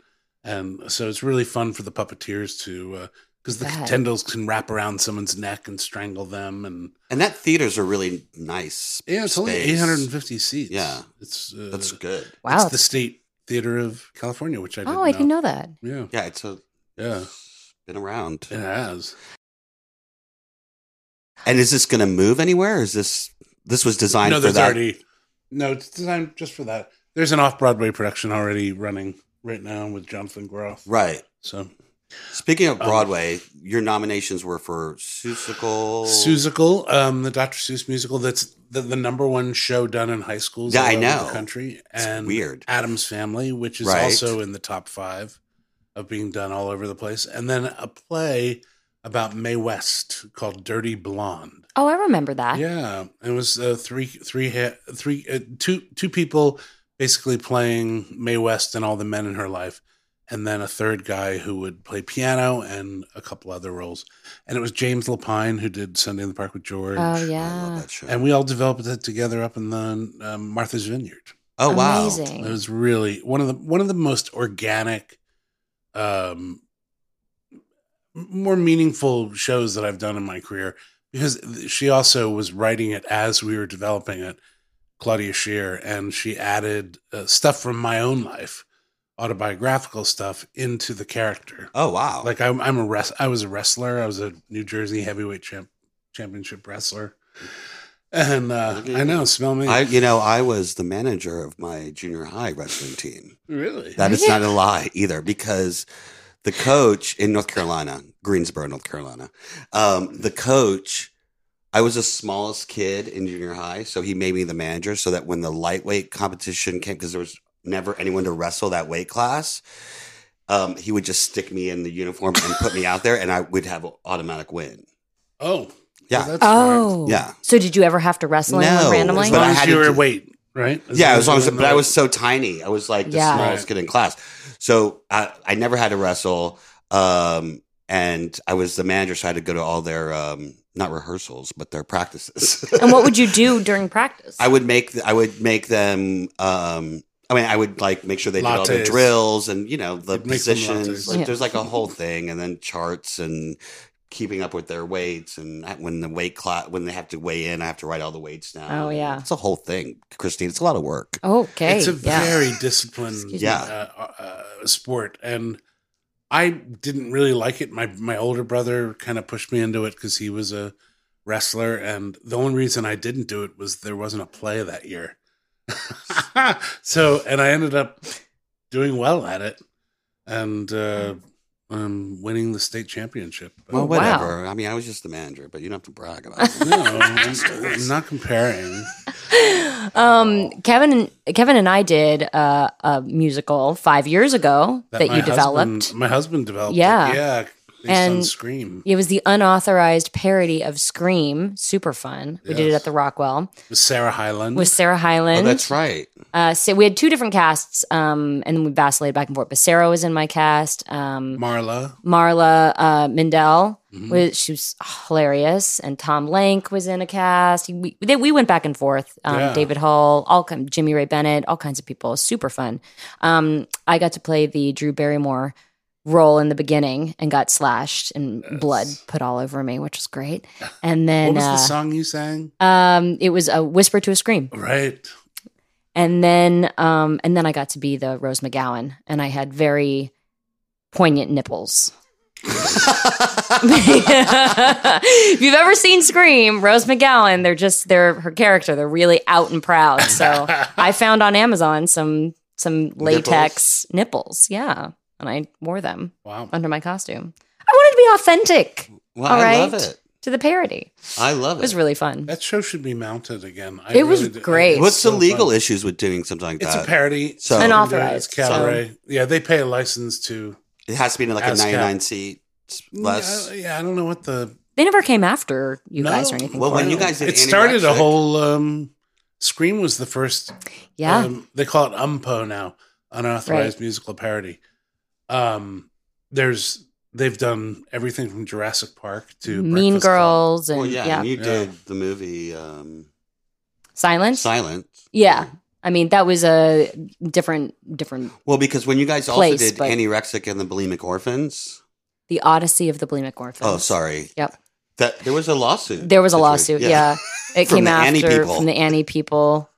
Speaker 6: and so it's really fun for the puppeteers to because the
Speaker 1: Bet.
Speaker 6: tendrils can wrap around someone's neck and strangle them, and
Speaker 2: And that theater's a really nice.
Speaker 6: yeah, it's only
Speaker 2: space.
Speaker 6: eight hundred and fifty seats.
Speaker 2: Yeah.
Speaker 6: it's uh,
Speaker 2: That's good.
Speaker 1: wow.
Speaker 6: It's the state theater of California, which I didn't
Speaker 1: oh, I didn't know that.
Speaker 6: Yeah,
Speaker 2: Yeah, it's a,
Speaker 6: yeah,
Speaker 2: been around.
Speaker 6: it has.
Speaker 2: And is this going to move anywhere? Or is this this was designed
Speaker 6: no,
Speaker 2: for
Speaker 6: there's
Speaker 2: that?
Speaker 6: already no. It's designed just for that. There's an off-Broadway production already running right now with Jonathan Groff.
Speaker 2: right.
Speaker 6: So
Speaker 2: Speaking of
Speaker 6: Um,
Speaker 2: Broadway, your nominations were for Susical.
Speaker 6: Seussical, um, the Dr. Seuss musical. That's the, the number one show done in high schools.
Speaker 2: Yeah,
Speaker 6: all
Speaker 2: I
Speaker 6: over
Speaker 2: know.
Speaker 6: the country.
Speaker 2: It's
Speaker 6: And
Speaker 2: weird.
Speaker 6: Adam's Family, which is
Speaker 2: Right.
Speaker 6: also in the top five of being done all over the place, and then a play about Mae West called Dirty Blonde.
Speaker 1: Oh, I remember that.
Speaker 6: Yeah, it was uh, three, three, ha- three, uh, two, two people basically playing Mae West and all the men in her life, and then a third guy who would play piano and a couple other roles. And it was James Lapine who did Sunday in the Park with George.
Speaker 1: Oh
Speaker 2: I love
Speaker 1: yeah.
Speaker 2: that show.
Speaker 6: And we all developed it together up in the um, Martha's Vineyard.
Speaker 2: oh wow.
Speaker 1: Amazing.
Speaker 6: It was really one of the one of the most organic, um, m- more meaningful shows that I've done in my career because th- she also was writing it as we were developing it, Claudia Shear, and she added uh, stuff from my own life, autobiographical stuff, into the character.
Speaker 2: Oh wow.
Speaker 6: Like I'm, I'm a wrest. I was a wrestler. I was a New Jersey heavyweight champ, championship wrestler, and uh,
Speaker 2: Look at
Speaker 6: I know.
Speaker 2: you.
Speaker 6: Smell me.
Speaker 2: I you know I was the manager of my junior high wrestling team.
Speaker 6: really.
Speaker 2: That is not a lie either, because the coach in North Carolina, Greensboro, North Carolina, um, the coach, I was the smallest kid in junior high, so he made me the manager so that when the lightweight competition came, because there was never anyone to wrestle that weight class. Um, he would just stick me in the uniform and put me out there, and I would have an automatic win.
Speaker 6: oh,
Speaker 2: Yeah.
Speaker 6: well, that's smart.
Speaker 1: Oh.
Speaker 2: Yeah.
Speaker 1: So did you ever have to wrestle
Speaker 2: No,
Speaker 1: anyone randomly?
Speaker 6: As
Speaker 2: But
Speaker 6: long
Speaker 2: I
Speaker 6: as
Speaker 2: had
Speaker 6: you
Speaker 2: to
Speaker 6: were
Speaker 2: do-
Speaker 6: weight, right? As
Speaker 2: yeah,
Speaker 6: long
Speaker 2: as long as,
Speaker 6: you were
Speaker 2: but I
Speaker 6: not-
Speaker 2: was so tiny. I was like the
Speaker 1: Yeah.
Speaker 2: smallest kid in class. So I, I never had to wrestle. Um, and I was the manager, so I had to go to all their, um, not rehearsals, but their practices.
Speaker 1: [laughs] And what
Speaker 2: [laughs]
Speaker 1: would you do during practice?
Speaker 2: I would make, th- I would make them, um, I mean, I would like make sure they did all the
Speaker 6: Lattes.
Speaker 2: drills and, you know, the
Speaker 6: You'd make them lattes.
Speaker 2: positions. Like,
Speaker 1: Yeah.
Speaker 2: There's like a whole thing and then charts and keeping up with their weights. And when the weight clock, when they have to weigh in, I have to write all the weights down.
Speaker 1: Oh, yeah.
Speaker 2: It's a whole thing, Christine. It's a lot of work.
Speaker 1: Oh, okay.
Speaker 6: It's a
Speaker 1: yeah. [laughs]
Speaker 6: very disciplined
Speaker 1: Excuse
Speaker 2: me.
Speaker 6: uh, uh, uh, sport, and I didn't really like it. My my older brother kind of pushed me into it because he was a wrestler, and the only reason I didn't do it was there wasn't a play that year. [laughs] so, and I ended up doing well at it, and uh,
Speaker 1: Hmm.
Speaker 6: um, winning the state championship.
Speaker 2: Well,
Speaker 1: Oh, wow.
Speaker 2: whatever. I mean, I was just the manager, but you don't have to brag about it. [laughs]
Speaker 1: [laughs]
Speaker 6: no, I'm- I'm not comparing.
Speaker 1: um, Kevin, and- Kevin, and I did uh, a musical five years ago that,
Speaker 6: my
Speaker 1: you developed.
Speaker 6: Husband, my husband developed. it.
Speaker 1: Yeah.
Speaker 6: yeah. Based on
Speaker 1: And-
Speaker 6: Scream,
Speaker 1: It was the unauthorized parody of Scream. Super fun. We did it
Speaker 6: Yes.
Speaker 1: at the Rockwell
Speaker 6: with Sarah Hyland.
Speaker 1: with Sarah Hyland.
Speaker 2: oh, that's right.
Speaker 1: Uh, so we had two different casts, um, and we vacillated back and forth. But Sarah was in my cast. Um,
Speaker 6: Marla.
Speaker 1: Marla uh, Mindell
Speaker 6: Mhm.
Speaker 1: was she was hilarious, and Tom Lank was in a cast. We they, we went back and forth. Um,
Speaker 6: Yeah.
Speaker 1: David Hull, all kind, Jimmy Ray Bennett, all kinds of people. Super fun. Um, I got to play the Drew Barrymore role in the beginning and got slashed and blood put all over me, which was great. And
Speaker 6: What
Speaker 1: then
Speaker 6: was
Speaker 1: uh,
Speaker 6: the song you sang?
Speaker 1: um, it was a whisper to a scream.
Speaker 6: Right.
Speaker 1: and then um and then I got to be the Rose McGowan, and I had very poignant
Speaker 2: [laughs]
Speaker 1: nipples. if you've ever seen Scream, Rose McGowan, they're just they're her character. They're really out and proud. So
Speaker 2: [laughs]
Speaker 1: I found on Amazon some some latex nipples, yeah, and I wore them
Speaker 6: Wow.
Speaker 1: under my costume. I wanted to be authentic
Speaker 2: Well,
Speaker 1: All
Speaker 2: I
Speaker 1: right.
Speaker 2: love it.
Speaker 1: to the parody.
Speaker 2: I love
Speaker 1: It
Speaker 2: it.
Speaker 1: was really fun.
Speaker 6: That show should be mounted again. I
Speaker 1: It was
Speaker 6: do-
Speaker 1: great.
Speaker 6: it's
Speaker 2: What's
Speaker 6: so
Speaker 2: the legal
Speaker 6: fun.
Speaker 2: issues with doing something like
Speaker 6: It's
Speaker 2: that?
Speaker 6: a parody.
Speaker 2: So-
Speaker 6: you can do it.
Speaker 1: Unauthorized,
Speaker 6: It's cabaret. Yeah, they pay a license to.
Speaker 2: it has to be in like a
Speaker 6: ASCAP.
Speaker 2: 99 seat less.
Speaker 6: Yeah, I, yeah, I don't know what the.
Speaker 1: They never came after you
Speaker 6: No.
Speaker 1: guys or anything.
Speaker 2: Well,
Speaker 1: for
Speaker 2: when
Speaker 1: it.
Speaker 2: you guys did
Speaker 6: It
Speaker 2: Annie
Speaker 6: started a
Speaker 2: Ratchett-
Speaker 6: whole. um Scream was the first.
Speaker 1: yeah,
Speaker 6: Um, they call it UMPO now, unauthorized musical parody. Um, there's they've done everything from Jurassic Park to
Speaker 1: Mean
Speaker 6: Breakfast Club.
Speaker 1: Girls and
Speaker 2: Well, yeah,
Speaker 1: yeah,
Speaker 2: and you
Speaker 6: Yeah.
Speaker 2: did the movie um,
Speaker 1: Silence.
Speaker 2: Silent.
Speaker 1: Yeah. I mean, that was a different, different,
Speaker 2: Well, because when you guys also
Speaker 1: Place,
Speaker 2: did
Speaker 1: but-
Speaker 2: Anorexic and the Bulimic Orphans.
Speaker 1: the Odyssey of the Bulimic Orphans.
Speaker 2: Oh, sorry.
Speaker 1: Yep.
Speaker 2: That there was a lawsuit.
Speaker 1: There was a
Speaker 2: situation.
Speaker 1: lawsuit. Yeah. [laughs] It
Speaker 2: From
Speaker 1: came
Speaker 2: the Annie
Speaker 1: after
Speaker 2: people.
Speaker 1: from the Annie people.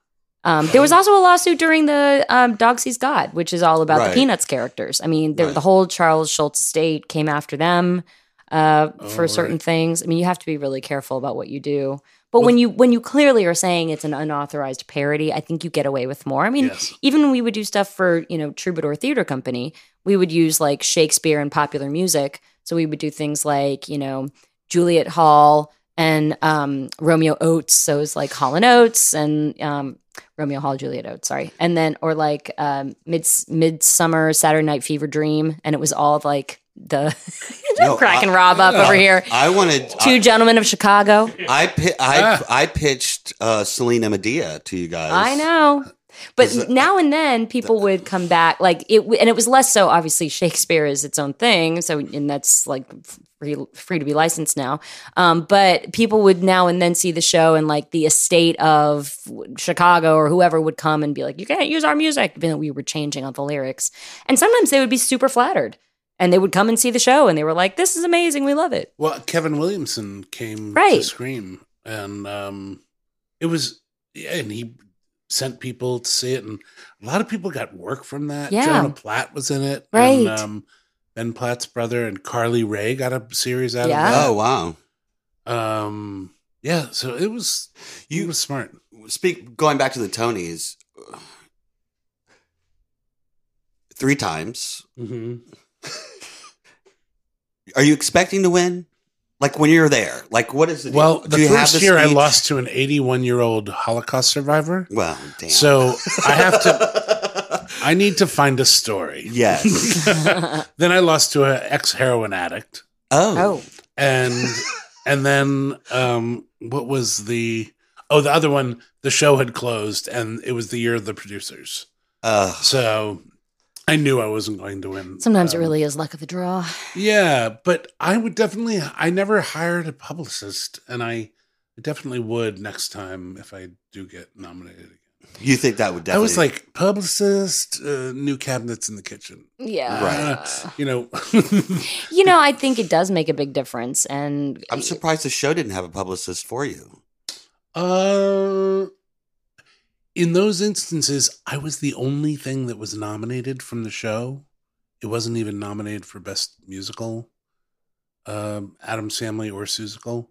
Speaker 1: Um, there was also a lawsuit during the um, Dog Sees God, which is all about
Speaker 2: Right.
Speaker 1: the Peanuts characters. I mean, the,
Speaker 2: Right.
Speaker 1: the whole Charles Schultz estate came after them uh,
Speaker 6: Oh,
Speaker 1: for certain
Speaker 6: right.
Speaker 1: things. I mean, you have to be really careful about what you do. But when you when you clearly are saying it's an unauthorized parody, I think you get away with more. I mean,
Speaker 6: Yes.
Speaker 1: even when we would do stuff for you know troubadour theater company we would use like shakespeare and popular music so we would do things like you know juliet hall and um, romeo oates so it's like hall and oates and um, romeo hall juliet oates sorry and then or like um, Mids- midsummer saturday night fever dream and it was all like the [laughs]
Speaker 2: No,
Speaker 1: cracking
Speaker 2: I-
Speaker 1: Rob up over here.
Speaker 2: I wanted
Speaker 1: Two
Speaker 2: I,
Speaker 1: gentlemen of Chicago.
Speaker 2: I, pi- I,
Speaker 6: Ah.
Speaker 2: I pitched uh, Selena Medea to you guys.
Speaker 1: I know. But
Speaker 2: Is it-
Speaker 1: now and then people would come back like it w- and it was less so obviously Shakespeare is its own thing so and that's like free, free to be licensed now. Um, but people would now and then see the show and like the estate of Chicago or whoever would come and be like you can't use our music Even though we were changing all the lyrics. And sometimes they would be super flattered and they would come and see the show and they were like this is amazing we love
Speaker 6: [laughs]
Speaker 1: it. [laughs]
Speaker 6: Well, Kevin Williamson came to
Speaker 1: Right.
Speaker 6: Scream, and um, it was, yeah, and he sent people to see it, and a lot of people got work from that.
Speaker 1: Yeah.
Speaker 6: Jonah Platt was in it, And,
Speaker 1: Right.
Speaker 6: um, ben Platt's brother and Carly Ray got a series out
Speaker 1: Yeah.
Speaker 2: Oh
Speaker 6: of
Speaker 2: wow!
Speaker 6: that. Um, yeah, so it was. You
Speaker 2: You-
Speaker 6: was smart.
Speaker 2: Speak going back to the Tonys. Three times.
Speaker 6: Mm-hmm.
Speaker 2: Are you expecting to win? Like when you're there? Like what is it?
Speaker 6: Well,
Speaker 2: do
Speaker 6: the
Speaker 2: you have
Speaker 6: first
Speaker 2: the
Speaker 6: year I
Speaker 2: speech?
Speaker 6: lost to an 81 year old Holocaust survivor.
Speaker 2: Well, damn.
Speaker 6: So I have to.
Speaker 2: to.
Speaker 6: I need to find a story.
Speaker 1: [laughs]
Speaker 2: [laughs] yes.
Speaker 6: Then I lost to an ex heroin addict.
Speaker 2: Oh.
Speaker 1: oh.
Speaker 2: [laughs]
Speaker 6: and and then um what was the oh the other one the show had closed and it was the year of the producers
Speaker 2: Uh,
Speaker 6: so i knew i wasn't going to win
Speaker 1: Sometimes it
Speaker 6: Um,
Speaker 1: really is luck of the draw.
Speaker 6: yeah but i would definitely i never hired a publicist and i definitely would next time if i do get nominated again
Speaker 2: you think that would definitely?
Speaker 6: i was like publicist uh, new cabinets in the kitchen
Speaker 1: Yeah.
Speaker 2: Right.
Speaker 6: you know [laughs]
Speaker 1: You know, I think it does make a big difference. And
Speaker 2: I'm surprised the show didn't have a publicist for you.
Speaker 6: Uh, in those instances, I was the only thing that was nominated from the show. It wasn't even nominated for best musical, um, Adam Samley or Susical,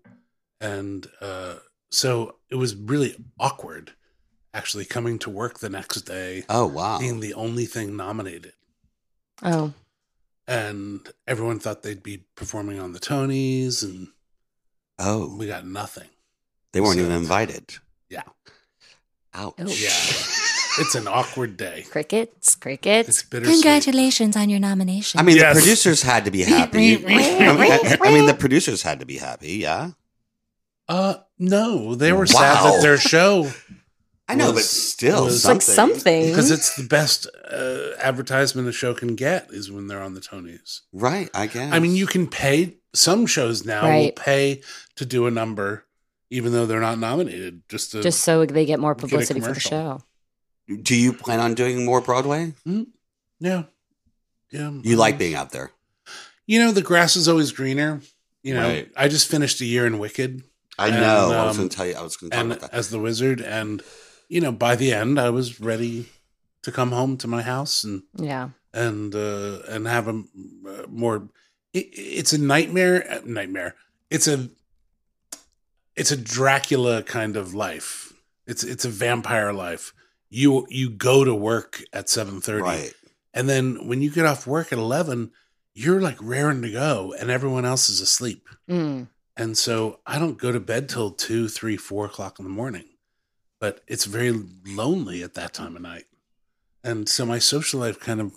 Speaker 6: and uh, so it was really awkward. Actually, coming to work the next day,
Speaker 2: Oh wow.
Speaker 6: being the only thing nominated,
Speaker 1: oh,
Speaker 6: and everyone thought they'd be performing on the Tonys, and
Speaker 2: Oh,
Speaker 6: we got nothing.
Speaker 2: they weren't
Speaker 6: So-
Speaker 2: even invited.
Speaker 6: Yeah.
Speaker 2: Ouch.
Speaker 1: Oh.
Speaker 6: Yeah. It's an awkward day.
Speaker 1: crickets, crickets.
Speaker 6: It's bittersweet.
Speaker 1: Congratulations on your nomination.
Speaker 2: I mean,
Speaker 6: Yes.
Speaker 2: the producers had to be happy. I, mean, I mean, the producers had to be happy. Yeah,
Speaker 6: Uh, no, they were sad
Speaker 2: Wow.
Speaker 6: that their
Speaker 2: [laughs]
Speaker 6: show
Speaker 2: I know, but
Speaker 6: Was-
Speaker 2: still,
Speaker 6: was-
Speaker 1: it's like something.
Speaker 6: because it's the best uh, advertisement a show can get is when they're on the Tonys.
Speaker 2: right? I guess.
Speaker 6: I mean, you can pay some shows now will
Speaker 1: Right.
Speaker 6: pay to do a number, even though they're not nominated. Just to
Speaker 1: Just so they get more
Speaker 6: Get a
Speaker 1: publicity for the
Speaker 6: commercial.
Speaker 1: show.
Speaker 2: do you plan on doing more Broadway?
Speaker 6: yeah, yeah.
Speaker 2: You like being out there?
Speaker 6: you know the grass is always greener. You know,
Speaker 2: Right.
Speaker 6: I just finished a year in Wicked
Speaker 2: I
Speaker 6: And,
Speaker 2: know. I
Speaker 6: um,
Speaker 2: was going to tell you. I was going to talk
Speaker 6: and
Speaker 2: about that.
Speaker 6: as the wizard, and you know by the end I was ready to come home to my house and
Speaker 1: Yeah.
Speaker 6: and uh, and have a m- uh, more. It, it's a nightmare. uh, Nightmare. It's a it's a Dracula kind of life. It's it's a vampire life. You you go to work at seven thirty,
Speaker 2: Right.
Speaker 6: and then when you get off work at eleven, you're like raring to go, and everyone else is asleep.
Speaker 1: Mm.
Speaker 6: And so I don't go to bed till two, three, four o'clock in the morning. But it's very lonely at that time of night. And so my social life kind of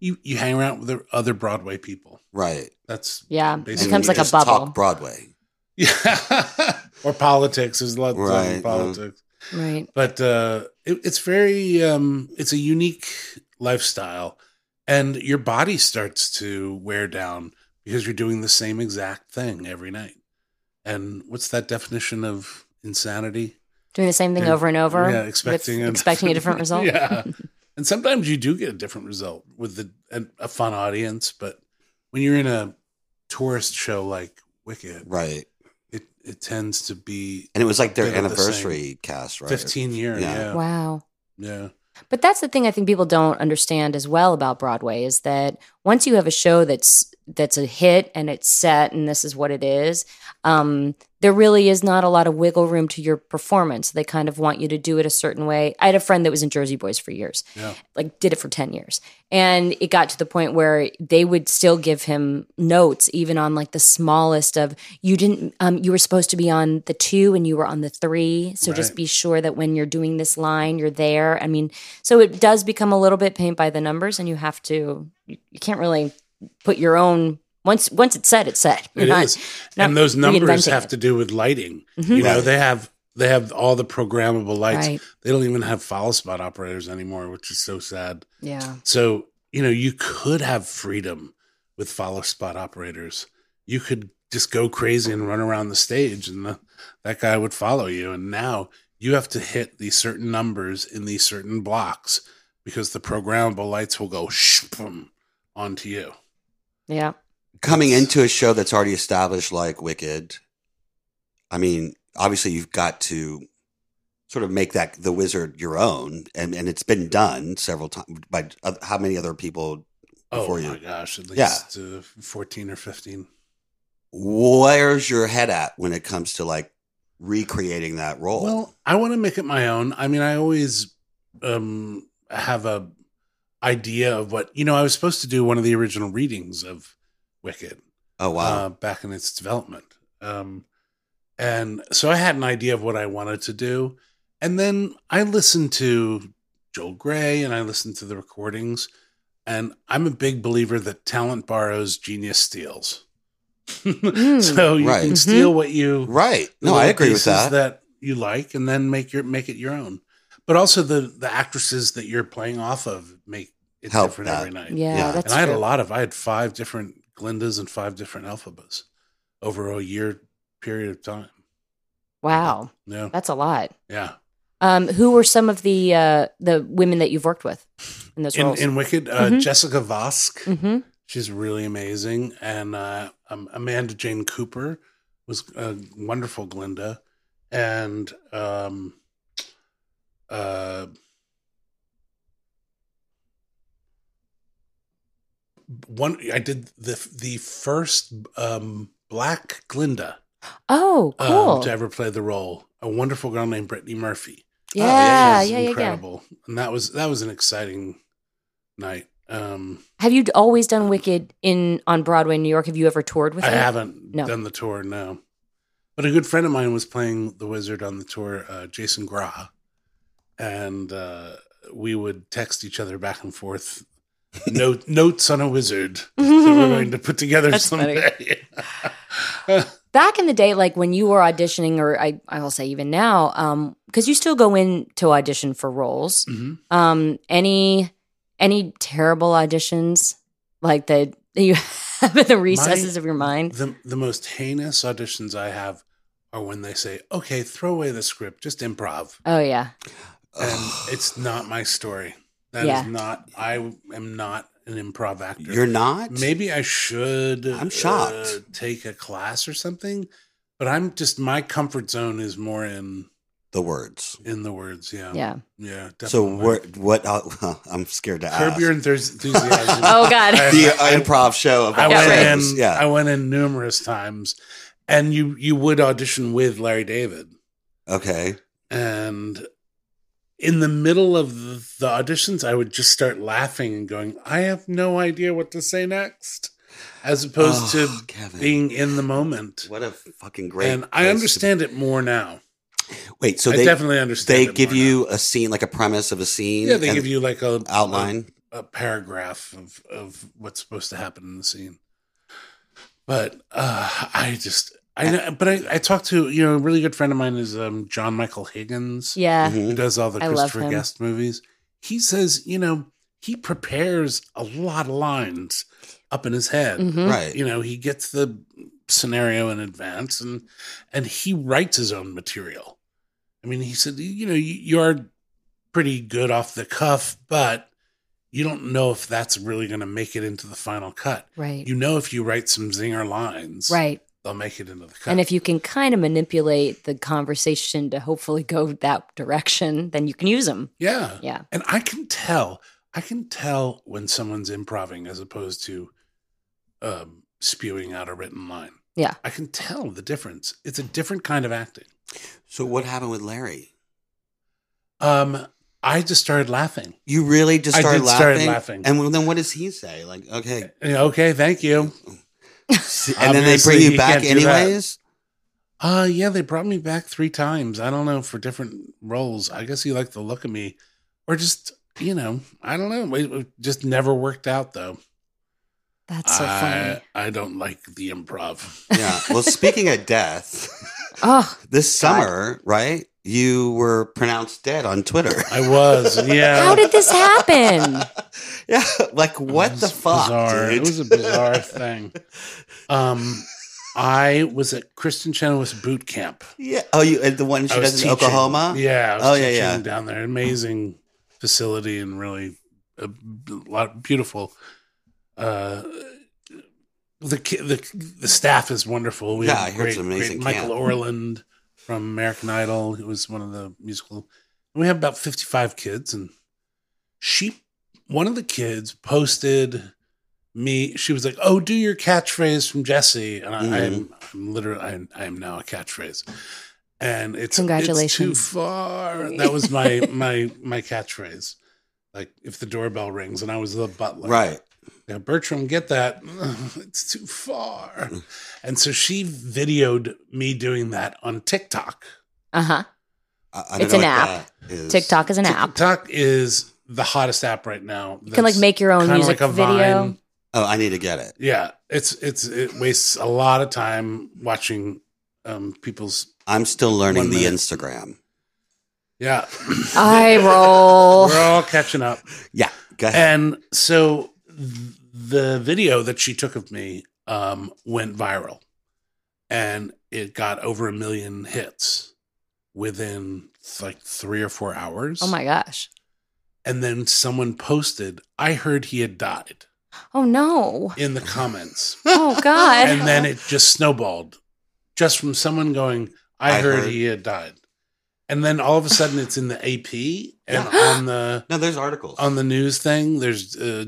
Speaker 6: you, you hang around with the other Broadway people.
Speaker 2: Right.
Speaker 6: That's [laughs]
Speaker 1: Yeah.
Speaker 6: Basically,
Speaker 1: It
Speaker 2: And
Speaker 1: becomes
Speaker 2: you
Speaker 1: like a
Speaker 2: just
Speaker 1: bubble.
Speaker 2: Talk Broadway.
Speaker 6: yeah. or politics. There's a lot
Speaker 2: Right,
Speaker 6: of
Speaker 2: yeah.
Speaker 6: politics.
Speaker 1: right.
Speaker 6: But uh it, it's very um it's a unique lifestyle. And your body starts to wear down because you're doing the same exact thing every night. And what's that definition of insanity?
Speaker 1: Doing the same thing
Speaker 6: Yeah.
Speaker 1: over and over.
Speaker 6: Yeah,
Speaker 1: with
Speaker 6: expecting a,
Speaker 1: expecting a
Speaker 6: [laughs]
Speaker 1: different result. [laughs]
Speaker 6: yeah, and sometimes you do get a different result with the an, a fun audience, but when you're in a tourist show like Wicked,
Speaker 2: Right.
Speaker 6: it it tends to be
Speaker 2: And it was like their
Speaker 6: They're the
Speaker 2: anniversary cast, right?
Speaker 6: 15 year.
Speaker 2: Yeah.
Speaker 6: Yeah, yeah.
Speaker 1: Wow. But that's the thing I think people don't understand as well about Broadway is that once you have a show that's that's a hit and it's set and this is what it is, um, there really is not a lot of wiggle room to your performance. They kind of want you to do it a certain way. I had a friend that was in Jersey Boys for years,
Speaker 6: Yeah.
Speaker 1: like did it for ten years, and it got to the point where they would still give him notes even on like the smallest of you didn't um, you were supposed to be on the two and you were on the three, so just
Speaker 6: Right.
Speaker 1: be sure that when you're doing this line, you're there. I mean, so it does become a little bit paint by the numbers, and you have to you, you can't really put your own Once once it's said, it's said.
Speaker 6: It is,
Speaker 1: You're not- not
Speaker 6: and those numbers
Speaker 1: reinventing
Speaker 6: have
Speaker 1: it.
Speaker 6: to do with lighting.
Speaker 1: Mhm.
Speaker 6: You know,
Speaker 2: Right.
Speaker 6: they have they have all the programmable lights.
Speaker 1: Right.
Speaker 6: They don't even have follow spot operators anymore, which is so sad.
Speaker 1: Yeah.
Speaker 6: So you know, you could have freedom with follow spot operators. You could just go crazy and run around the stage, and the, that guy would follow you. And now you have to hit these certain numbers in these certain blocks because the programmable lights will go shpoom onto you.
Speaker 1: Yeah.
Speaker 2: coming into a show that's already established like wicked i mean obviously you've got to sort of make that the wizard your own and, and it's been done several times by oth- how many other people
Speaker 6: Oh
Speaker 2: Before
Speaker 6: my
Speaker 2: you-
Speaker 6: gosh! At
Speaker 2: Yeah.
Speaker 6: least uh, fourteen or fifteen.
Speaker 2: where's your head at when it comes to like recreating that role
Speaker 6: Well, I want to make it my own. I mean, I always um, have a idea of what you know. I was supposed to do one of the original readings of Wicked
Speaker 2: oh wow
Speaker 6: uh, back in its development, um, and so I had an idea of what I wanted to do. And then I listened to Joel Gray and I listened to the recordings, and I'm a big believer that talent borrows, genius steals. [laughs] so you
Speaker 2: Right.
Speaker 6: can
Speaker 2: Mhm.
Speaker 6: steal what you
Speaker 2: right no i
Speaker 6: little
Speaker 2: agree with
Speaker 6: pieces
Speaker 2: that,
Speaker 6: you like and then make your make it your own but also the the actresses that you're playing off of make it
Speaker 2: Help
Speaker 6: different
Speaker 2: that.
Speaker 6: every night
Speaker 1: Yeah.
Speaker 2: Yeah.
Speaker 1: That's
Speaker 6: and i had
Speaker 1: true.
Speaker 6: a lot of i had five different glindas and five different alphabas over a year period of time
Speaker 1: Wow.
Speaker 6: yeah
Speaker 1: That's a lot.
Speaker 6: yeah
Speaker 1: Um, who were some of the uh, the women that you've worked with in those
Speaker 6: in,
Speaker 1: roles?
Speaker 6: in wicked uh,
Speaker 1: Mhm.
Speaker 6: jessica vosk
Speaker 1: hmm
Speaker 6: she's really amazing and uh, um, amanda jane cooper was a wonderful glinda and um uh one i did the the first um black glinda
Speaker 1: Oh,
Speaker 6: um,
Speaker 1: cool.
Speaker 6: to ever play the role a wonderful girl named brittany murphy
Speaker 1: yeah,
Speaker 6: She's
Speaker 1: yeah, yeah, yeah.
Speaker 6: incredible and that was that was an exciting night um
Speaker 1: Have you d- always done Wicked in on Broadway in New York? Have you ever toured with
Speaker 6: I
Speaker 1: it? [laughs]
Speaker 6: haven't
Speaker 1: No.
Speaker 6: done the tour, no. But a good friend of mine was playing the Wizard on the tour, uh, Jason Gra, and uh, we would text each other back and forth note, notes on a wizard that we're going to put together
Speaker 1: Mm-hmm. That's
Speaker 6: someday. [laughs]
Speaker 1: Back in the day, like when you were auditioning, or I, I will say even now, because you still go in to audition for roles.
Speaker 6: Mhm.
Speaker 1: Um, any any terrible auditions like that you [laughs] have in the recesses of your mind?
Speaker 6: the, the most heinous auditions I have are when they say, okay, throw away the script, just improv.
Speaker 1: Oh yeah,
Speaker 2: [sighs]
Speaker 6: And it's not my story. That is
Speaker 1: Yeah.
Speaker 6: not, I am not an improv actor.
Speaker 2: you're not
Speaker 6: Maybe I should. uh,
Speaker 2: I'm shocked.
Speaker 6: take a class or something, but I'm just my comfort zone is more in
Speaker 2: the words
Speaker 6: in the words. Yeah,
Speaker 1: yeah.
Speaker 6: yeah.
Speaker 2: so uh,
Speaker 6: Definitely.
Speaker 2: what what uh, [laughs] i'm scared to
Speaker 6: curb
Speaker 2: ask
Speaker 6: your enthus-
Speaker 2: [laughs]
Speaker 6: enthusiasm.
Speaker 1: [laughs] Oh god.
Speaker 6: I-
Speaker 2: the improv show of
Speaker 6: I
Speaker 2: all
Speaker 1: Yeah,
Speaker 6: went
Speaker 1: right.
Speaker 2: shows.
Speaker 6: in.
Speaker 2: yeah
Speaker 6: I went in numerous times, and you you would audition with Larry David,
Speaker 2: okay
Speaker 6: and in the middle of the auditions, I would just start laughing and going, "I have no idea what to say next," as opposed
Speaker 2: Oh,
Speaker 6: to
Speaker 2: Kevin.
Speaker 6: being in the moment.
Speaker 2: What a fucking great.
Speaker 6: and
Speaker 2: place
Speaker 6: I
Speaker 2: to-
Speaker 6: understand it more now.
Speaker 2: Wait, so
Speaker 6: I
Speaker 2: they
Speaker 6: definitely understand.
Speaker 2: they
Speaker 6: it
Speaker 2: give
Speaker 6: more
Speaker 2: you a scene, like a premise of a scene.
Speaker 6: now. yeah, they
Speaker 2: and
Speaker 6: give you like a
Speaker 2: outline.
Speaker 1: Uh,
Speaker 6: a, a paragraph of of what's supposed to happen in the scene. But uh, I just I know, but I I talked to you know a really good friend of mine is um, John Michael Higgins
Speaker 1: Mm-hmm. yeah.
Speaker 2: Mhm.
Speaker 6: who does all the
Speaker 1: I love
Speaker 6: Christopher
Speaker 1: him.
Speaker 6: Guest movies. He says you know he prepares a lot of lines up in his head.
Speaker 1: Mhm.
Speaker 2: Right.
Speaker 6: you know he gets the scenario in advance and and he writes his own material i mean he said you know you, you're pretty good off the cuff but you don't know if that's really going to make it into the final cut
Speaker 1: Right.
Speaker 6: you know if you write some zinger lines
Speaker 1: right.
Speaker 6: they'll make it into the cut
Speaker 1: And if you can kind of manipulate the conversation to hopefully go that direction, then you can use them.
Speaker 6: yeah
Speaker 1: Yeah.
Speaker 6: and i can tell i can tell when someone's improving as opposed to um spewing out a written line
Speaker 1: Yeah.
Speaker 6: i can tell the difference it's a different kind of acting
Speaker 2: So what happened with Larry?
Speaker 6: Um, I just started laughing.
Speaker 2: You really just
Speaker 6: I
Speaker 2: started
Speaker 6: did
Speaker 2: laughing.
Speaker 6: start laughing.
Speaker 2: And well, then what does he say? Like, okay,
Speaker 6: And, Okay, thank you.
Speaker 2: and then they bring
Speaker 6: Obviously,
Speaker 2: you
Speaker 6: he
Speaker 2: back
Speaker 6: can't do that. [laughs]
Speaker 2: anyways.
Speaker 6: Uh yeah, they brought me back three times. I don't know for different roles. I guess he liked the look of me, or just you know, I don't know. It, it just never worked out though.
Speaker 1: That's so funny.
Speaker 6: I, I don't like the improv.
Speaker 2: Yeah. Well, speaking of death, [laughs]
Speaker 1: Oh,
Speaker 2: this summer, right? You were pronounced dead on Twitter.
Speaker 6: I
Speaker 2: [laughs]
Speaker 6: was, yeah.
Speaker 1: how did this happen?
Speaker 2: yeah. Like,
Speaker 6: It
Speaker 2: what
Speaker 6: was
Speaker 2: the fuck?
Speaker 6: Bizarre.
Speaker 2: Dude?
Speaker 6: It was a bizarre
Speaker 2: [laughs]
Speaker 6: thing. Um, I was at Kristen Chenoweth's boot camp.
Speaker 2: yeah. Oh, you at the one she
Speaker 6: I was
Speaker 2: does in Oklahoma?
Speaker 6: Yeah. I was
Speaker 2: Oh, yeah,
Speaker 6: teaching
Speaker 2: yeah.
Speaker 6: Down there, amazing facility and really a b- lot beautiful. Uh, the ki- the the staff is wonderful. We
Speaker 2: Yeah,
Speaker 6: have
Speaker 2: I heard it's an amazing
Speaker 6: Michael
Speaker 2: camp.
Speaker 6: Orland from American Idol, who was one of the musical. We have about fifty five kids, and she one of the kids posted me she was like oh do your catchphrase from jesse and I,
Speaker 2: Mm-hmm.
Speaker 6: I'm, I'm literally I'm, I'm now a catchphrase and it's it's too
Speaker 1: Congratulations.
Speaker 6: far that
Speaker 1: [laughs]
Speaker 6: was my my my catchphrase like if the doorbell rings and i was the butler
Speaker 2: Right.
Speaker 6: now bertram get that [laughs] it's too far and so she videoed me doing that on tiktok
Speaker 1: Uh huh.
Speaker 2: I, I don't
Speaker 1: It's
Speaker 2: know
Speaker 1: an
Speaker 2: what
Speaker 1: app.
Speaker 2: that is.
Speaker 1: TikTok is an app.
Speaker 6: tiktok is the hottest app right now
Speaker 1: You can like make your own music video.
Speaker 2: Oh, I need to get it.
Speaker 6: Yeah, it's it's it wastes a lot of time watching um people's
Speaker 2: I'm still learning
Speaker 6: One
Speaker 2: the
Speaker 6: minute.
Speaker 2: Instagram.
Speaker 6: yeah.
Speaker 1: I roll.
Speaker 6: [laughs] We're all catching up.
Speaker 2: Yeah. Go ahead.
Speaker 6: And so th- the video that she took of me um went viral. And it got over a million hits within like 3 or 4 hours.
Speaker 1: Oh my gosh.
Speaker 6: And then someone posted, "I heard he had died"
Speaker 1: Oh no.
Speaker 6: in the
Speaker 1: [laughs]
Speaker 6: comments.
Speaker 1: Oh
Speaker 6: [laughs]
Speaker 1: god.
Speaker 6: and then it just snowballed just from someone going i,
Speaker 2: I
Speaker 6: heard,
Speaker 2: heard-
Speaker 6: he had died and then all of a sudden it's in the ap
Speaker 1: [gasps]
Speaker 6: and
Speaker 2: Yeah.
Speaker 6: on the
Speaker 2: no, there's articles.
Speaker 6: on the news thing there's uh,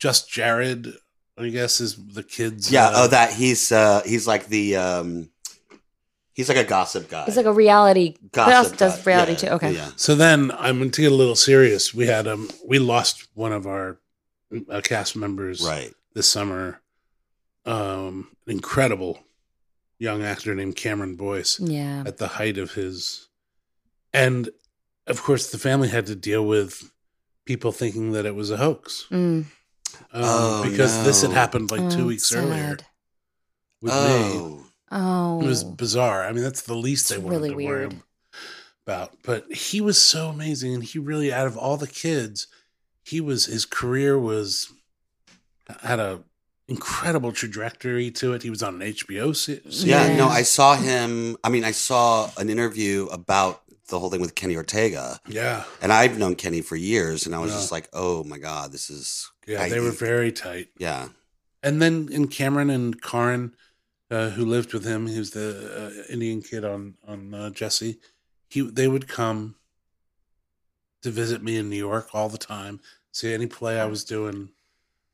Speaker 6: just jared i guess is the kids
Speaker 2: yeah.
Speaker 6: uh,
Speaker 2: oh, that he's uh he's like the um he's like a gossip guy.
Speaker 1: it's like a reality.
Speaker 2: gossip
Speaker 1: also does reality
Speaker 2: Yeah,
Speaker 1: too. Okay.
Speaker 2: Yeah.
Speaker 6: so then i'm going to get a little serious we had um we lost one of our uh, cast members
Speaker 2: Right.
Speaker 6: this summer um an incredible young actor named cameron boyce
Speaker 1: Yeah.
Speaker 6: at the height of his and of course the family had to deal with people thinking that it was a hoax
Speaker 1: Mm.
Speaker 6: um,
Speaker 2: Oh,
Speaker 6: because this had
Speaker 2: no.
Speaker 6: happened like two
Speaker 1: Oh,
Speaker 6: weeks
Speaker 1: sad.
Speaker 6: earlier with me
Speaker 2: Oh.
Speaker 1: Oh.
Speaker 6: it was bizarre i mean that's the least
Speaker 1: It's
Speaker 6: they wanted
Speaker 1: really
Speaker 6: to worry
Speaker 1: weird.
Speaker 6: about but he was so amazing and he really out of all the kids he was his career was had a incredible trajectory to it he was on an hbo se- series
Speaker 2: Yeah,
Speaker 1: Yeah.
Speaker 2: no, I saw him. I mean, I saw an interview about the whole thing with Kenny Ortega,
Speaker 6: yeah
Speaker 2: and I've known Kenny for years, and I was
Speaker 6: Yeah.
Speaker 2: just like, oh my god, this is
Speaker 6: yeah
Speaker 2: I-
Speaker 6: they were very tight
Speaker 2: yeah,
Speaker 6: and then in Cameron and Karin, uh, who lived with him, who's the uh, Indian kid on on uh, Jesse, he they would come to visit me in New York all the time, see any play I was doing.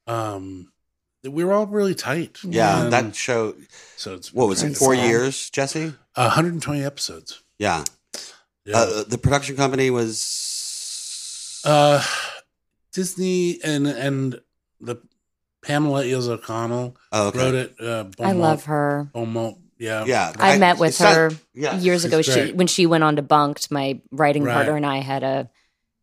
Speaker 6: Um, we were all really tight.
Speaker 2: yeah.
Speaker 6: Um,
Speaker 2: that show,
Speaker 6: so it's Uh,
Speaker 2: what was it,
Speaker 1: It's
Speaker 2: four
Speaker 1: sad.
Speaker 2: years, Jesse?
Speaker 6: 120 episodes.
Speaker 2: Yeah.
Speaker 6: Yeah. Uh,
Speaker 2: Uh, the production company was
Speaker 6: Uh, Disney and and the Pamela Eels O'Connell
Speaker 2: oh, okay.
Speaker 6: wrote it. Uh,
Speaker 1: I
Speaker 6: Beaumont-
Speaker 1: love her.
Speaker 6: Beaumont, yeah,
Speaker 2: Yeah,
Speaker 1: I, met with
Speaker 2: it's not-
Speaker 1: her
Speaker 2: yeah,
Speaker 1: years
Speaker 6: she's
Speaker 1: ago. She
Speaker 6: great.
Speaker 1: when she went on to Bunked, my writing
Speaker 6: Right.
Speaker 1: partner and I had a.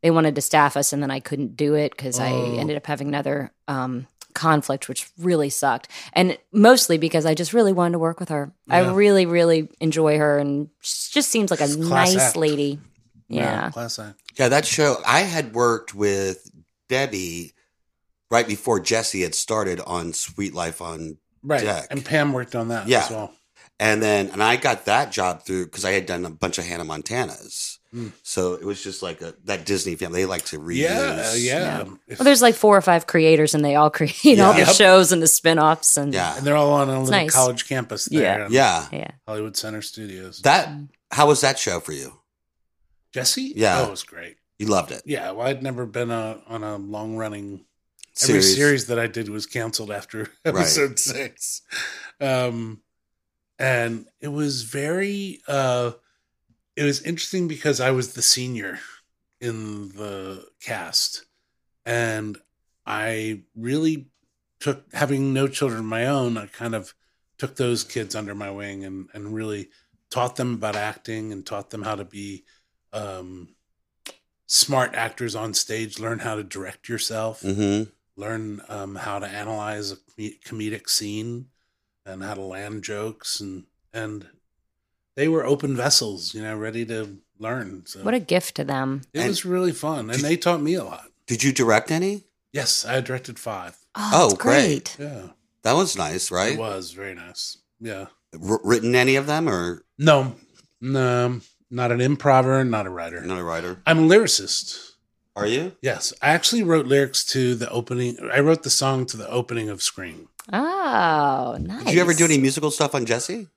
Speaker 1: They wanted to staff us, and then I couldn't do it because I
Speaker 6: Oh.
Speaker 1: ended up having another um, conflict, which really sucked. And mostly because I just really wanted to work with her. I
Speaker 6: Yeah.
Speaker 1: really, really enjoy her, and she just seems like a
Speaker 6: She's a class
Speaker 1: nice
Speaker 6: act.
Speaker 1: lady. Yeah.
Speaker 6: class act.
Speaker 2: yeah. That show, I had worked with Debbie right before Jesse had started on Sweet Life on
Speaker 6: right.
Speaker 2: Jack.
Speaker 6: And Pam worked on that
Speaker 2: Yeah.
Speaker 6: as well.
Speaker 2: And then, and I got that job through because I had done a bunch of Hannah Montanas.
Speaker 6: Mm.
Speaker 2: So it was just like a, that Disney family. They like to reuse.
Speaker 6: Yeah, yeah. If-
Speaker 1: Well, there's like four or five creators, and they all [laughs] create all the
Speaker 6: Yeah. Yep.
Speaker 1: shows and the spin-offs and
Speaker 2: Yeah.
Speaker 6: and they're all on a little
Speaker 1: nice.
Speaker 6: college campus there
Speaker 1: Yeah.
Speaker 6: in
Speaker 2: Yeah.
Speaker 1: yeah.
Speaker 6: Hollywood Center Studios.
Speaker 2: That, how was that show for you?
Speaker 6: Jesse?
Speaker 2: Yeah.
Speaker 6: Oh, it was great.
Speaker 2: You loved it.
Speaker 6: Yeah, well, I'd never been a, on a long running. Every
Speaker 2: Series.
Speaker 6: series that I did was canceled after [laughs] episode six. Um, and it was very, uh, it was interesting because I was the senior in the cast. And I really took, having no children of my own, I kind of took those kids under my wing and, and really taught them about acting and taught them how to be um, smart actors on stage, learn how to direct yourself
Speaker 2: Mm-hmm.
Speaker 6: learn um, how to analyze a com- comedic scene and how to land jokes and and they were open vessels, you know, ready to learn. So
Speaker 1: What a gift to them.
Speaker 6: it was really fun, and they taught me a lot.
Speaker 2: Did you direct any?
Speaker 6: Yes, I directed five.
Speaker 1: Oh,
Speaker 2: Oh,
Speaker 1: that's
Speaker 2: great.
Speaker 1: great.
Speaker 6: Yeah,
Speaker 2: That was nice, right?
Speaker 6: it was very nice. Yeah,
Speaker 2: Wr- written any of them or
Speaker 6: no, no, not an improver, not a writer.
Speaker 2: not a writer?
Speaker 6: I'm a lyricist.
Speaker 2: Are you?
Speaker 6: Yes, I actually wrote lyrics to the opening. I wrote the song to the opening of Scream.
Speaker 1: Oh, nice.
Speaker 2: Did you ever do
Speaker 6: [laughs]
Speaker 2: any musical stuff on Jesse?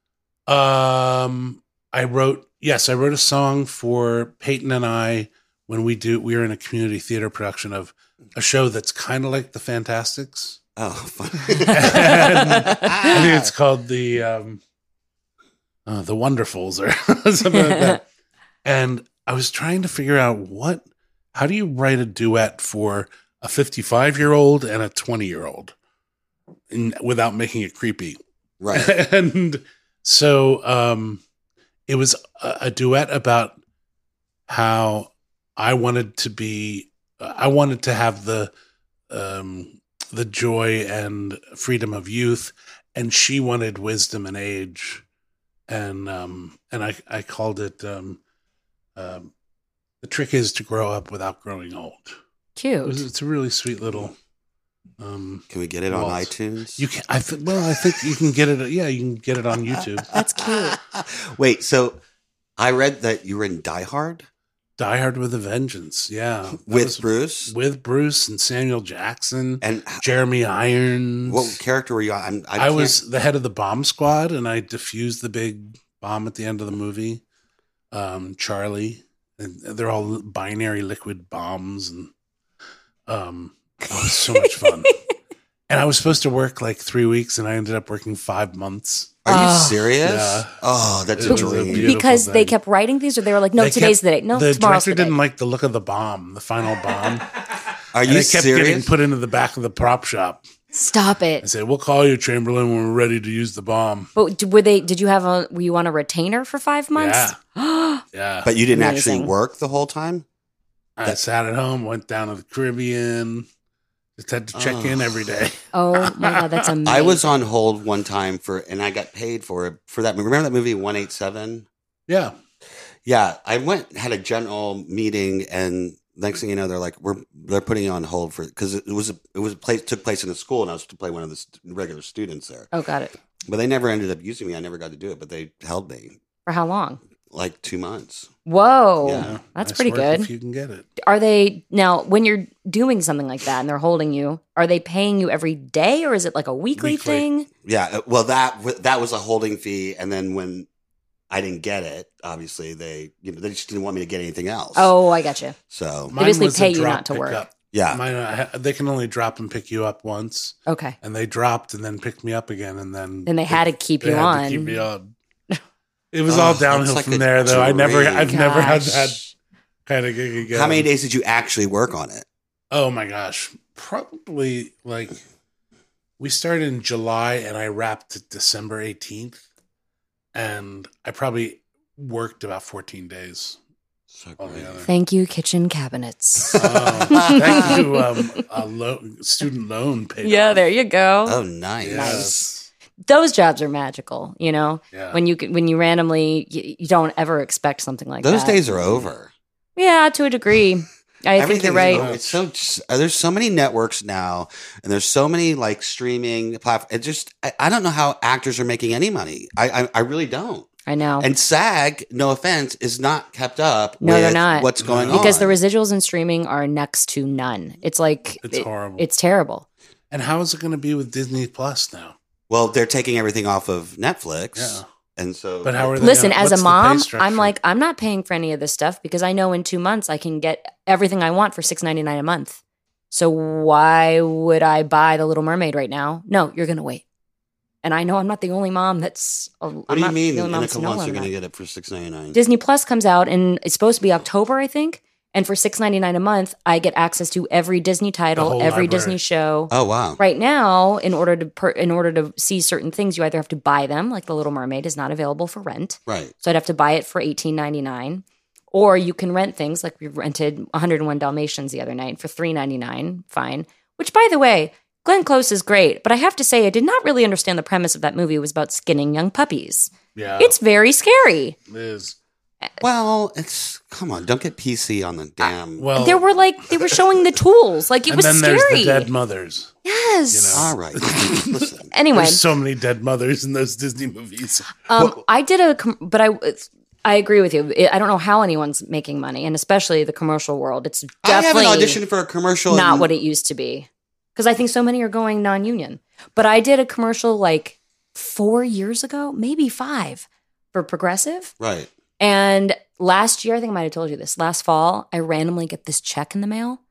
Speaker 6: Um, I wrote yes, I wrote a song for Peyton and I when we do we are in a community theater production of a show that's kind of like the Fantastics.
Speaker 2: Oh, [laughs] fun.
Speaker 6: [laughs] I think it's called the um, uh, the Wonderfuls or [laughs] something like that. And I was trying to figure out what how do you write a duet for a 55 year old and a 20 year old and without making it creepy
Speaker 2: right.
Speaker 6: [laughs] and so um it was a, a duet about how i wanted to be i wanted to have the um the joy and freedom of youth and she wanted wisdom and age and um and i i called it um um the trick is to grow up without growing old it
Speaker 1: [laughs]
Speaker 6: was,
Speaker 1: Cute.
Speaker 6: it's a really sweet little um
Speaker 2: Can we get it on
Speaker 6: Walt.
Speaker 2: iTunes?
Speaker 6: you can. I th- well, I think you can get it. Yeah, you can get it on
Speaker 2: [laughs]
Speaker 6: YouTube.
Speaker 1: [laughs] That's cute.
Speaker 2: Wait, so I read that you were in Die Hard
Speaker 6: Die Hard with a Vengeance. Yeah, That
Speaker 2: with
Speaker 6: was
Speaker 2: Bruce,
Speaker 6: with Bruce and Samuel Jackson,
Speaker 2: and h-
Speaker 6: Jeremy Irons.
Speaker 2: what character were you on? I'm- I,
Speaker 6: I,
Speaker 2: can't-
Speaker 6: was the head of the bomb squad, and I defused the big bomb at the end of the movie. Um, Charlie, and they're all binary liquid bombs, and um, oh, it was so much fun. And I was supposed to work like three weeks, and I ended up working five months.
Speaker 2: Are you
Speaker 1: Ah.
Speaker 2: serious?
Speaker 6: Yeah.
Speaker 2: Oh, that's a
Speaker 6: It was a
Speaker 2: dream.
Speaker 6: beautiful
Speaker 1: Because they
Speaker 6: thing.
Speaker 1: kept writing these, or they were like, "No,
Speaker 6: They
Speaker 1: today's
Speaker 6: kept-
Speaker 1: the day. No,
Speaker 6: the
Speaker 1: tomorrow's
Speaker 6: director
Speaker 1: the day."
Speaker 6: didn't like the look of the bomb, the final bomb.
Speaker 2: Are
Speaker 6: and
Speaker 2: you
Speaker 6: it kept getting
Speaker 2: serious?
Speaker 6: put into the back of the prop shop.
Speaker 1: Stop
Speaker 6: I
Speaker 1: it.
Speaker 6: said, "We'll call you Chamberlain when we're ready to use the bomb."
Speaker 1: But d- were they? Did you have a? Were you on a retainer for five months? [gasps]
Speaker 6: Yeah,
Speaker 2: but you didn't actually
Speaker 1: Amazing.
Speaker 2: work the whole time?
Speaker 6: I sat at home, went down to the Caribbean, just had to check in
Speaker 2: Oh.
Speaker 6: every day. [laughs]
Speaker 1: oh my god, that's amazing.
Speaker 2: I was on hold one time for, and I got paid for it for that. Remember that movie One Eight Seven?
Speaker 6: Yeah,
Speaker 2: Yeah, I went had a general meeting, and next thing you know, they're like, "We're they're putting you on hold for because it was a, it was a place took place in a school, and I was to play one of the st- regular students there,
Speaker 1: Oh, got it.
Speaker 2: but they never ended up using me. I never got to do it, but they held me
Speaker 1: For how long?
Speaker 2: like two months.
Speaker 1: Whoa,
Speaker 2: Yeah.
Speaker 1: that's
Speaker 6: Nice
Speaker 1: pretty
Speaker 6: work
Speaker 1: good.
Speaker 6: If you can get it,
Speaker 1: are they now when you're doing something like that and they're holding you? Are they paying you every day, or is it like a weekly,
Speaker 6: Weekly.
Speaker 1: thing?
Speaker 2: Yeah, uh, well that w- that was a holding fee, and then when I didn't get it, obviously they you know they just didn't want me to get anything else.
Speaker 1: Oh, I got you.
Speaker 2: so
Speaker 6: Mine
Speaker 1: basically
Speaker 6: was a
Speaker 1: pay you
Speaker 6: drop
Speaker 1: not to work.
Speaker 6: pickup.
Speaker 2: yeah,
Speaker 6: Mine, I ha- they can only drop and pick you up once,
Speaker 1: Okay,
Speaker 6: and they dropped and then picked me up again, and then
Speaker 1: then they had to keep
Speaker 6: they
Speaker 1: you
Speaker 6: had
Speaker 1: on.
Speaker 6: to keep me
Speaker 1: [laughs]
Speaker 6: on. It was
Speaker 2: Oh,
Speaker 6: all
Speaker 2: that's
Speaker 6: downhill
Speaker 2: like a
Speaker 6: from there, though. I never,
Speaker 2: dream.
Speaker 6: I've never had
Speaker 1: Gosh.
Speaker 6: that kind of gig again.
Speaker 2: how many days did you actually work on it?
Speaker 6: Oh my gosh. Probably like we started in July and I wrapped it December 18th. And I probably worked about
Speaker 1: [laughs]
Speaker 6: 14 days
Speaker 2: So
Speaker 6: altogether.
Speaker 1: Thank you, kitchen
Speaker 6: [laughs]
Speaker 1: cabinets.
Speaker 6: Oh, thank you. Um, a lo- student loan paid.
Speaker 1: yeah,
Speaker 6: off.
Speaker 1: there you go.
Speaker 6: Uh,
Speaker 2: Oh, nice.
Speaker 6: Yes.
Speaker 1: Those jobs are magical, you know.
Speaker 6: Yeah.
Speaker 1: when you can- when you randomly you, you don't ever expect something like
Speaker 2: Those
Speaker 1: that.
Speaker 2: days are over.
Speaker 1: yeah, to a degree. I think you're
Speaker 2: Everything's
Speaker 1: right.
Speaker 2: over. It's so uh, there's so many networks now, and there's so many like streaming platforms. It just I, I don't know how actors are making any money. I I, I really don't.
Speaker 1: I know
Speaker 2: And SAG, no offense, is not kept up.
Speaker 1: Oh. No,
Speaker 2: with
Speaker 1: they're not.
Speaker 2: What's going on?
Speaker 1: because the residuals in streaming are next to none. It's like
Speaker 6: It's
Speaker 1: it-
Speaker 6: horrible.
Speaker 1: It's terrible.
Speaker 6: and how is it going to be with Disney Plus now?
Speaker 2: well, they're taking everything off of Netflix,
Speaker 6: Yeah.
Speaker 2: and so
Speaker 6: But how are they?
Speaker 1: Listen,
Speaker 6: gonna-
Speaker 1: as a
Speaker 6: what's the pay
Speaker 1: mom, I'm
Speaker 6: structure?
Speaker 1: like I'm not paying for any of this stuff because I know in two months I can get everything I want for six ninety nine a month. So why would I buy the Little Mermaid right now? No, you're gonna wait. And I know I'm not the only mom that's.
Speaker 2: What do you mean? In a couple months, you're going to get it for six ninety nine.
Speaker 1: Disney Plus comes out and it's supposed to be October, I think. And for six ninety nine a month, I get access to every Disney title,
Speaker 6: whole
Speaker 1: every
Speaker 6: library.
Speaker 1: Disney show.
Speaker 2: Oh wow!
Speaker 1: Right now, in order to per- in order to see certain things, you either have to buy them, like The Little Mermaid is not available for rent,
Speaker 2: Right.
Speaker 1: so I'd have to buy it for eighteen ninety nine, or you can rent things like we rented one hundred and one Dalmatians the other night for three ninety nine. Fine. Which, by the way, Glenn Close is great, but I have to say, I did not really understand the premise of that movie was about skinning young puppies.
Speaker 6: Yeah,
Speaker 1: It's very scary.
Speaker 6: it is.
Speaker 2: Well, it's come on, don't get PC on the
Speaker 1: Ah,
Speaker 2: damn.
Speaker 6: Well,
Speaker 1: There were like they were showing the tools, like it
Speaker 6: Oh. and
Speaker 1: was
Speaker 6: then
Speaker 1: scary.
Speaker 6: there's the dead mothers.
Speaker 1: yes.
Speaker 2: all
Speaker 1: [laughs]
Speaker 2: right, [laughs] listen.
Speaker 1: Anyway,
Speaker 6: There's so many dead mothers in those
Speaker 1: [laughs]
Speaker 6: Disney movies.
Speaker 1: Um, I did a, com- but I, it's- I agree with you. I I don't know how anyone's making money, and especially the commercial world. It's
Speaker 2: I haven't
Speaker 1: definitely
Speaker 2: auditioned for a commercial.
Speaker 1: not
Speaker 2: in-
Speaker 1: what it used to be, because I think so many are going non-union. But I did a commercial like four years ago, maybe five, for Progressive,
Speaker 2: right.
Speaker 1: and last year I think I might have told you this. Last fall, I randomly get this check in the mail.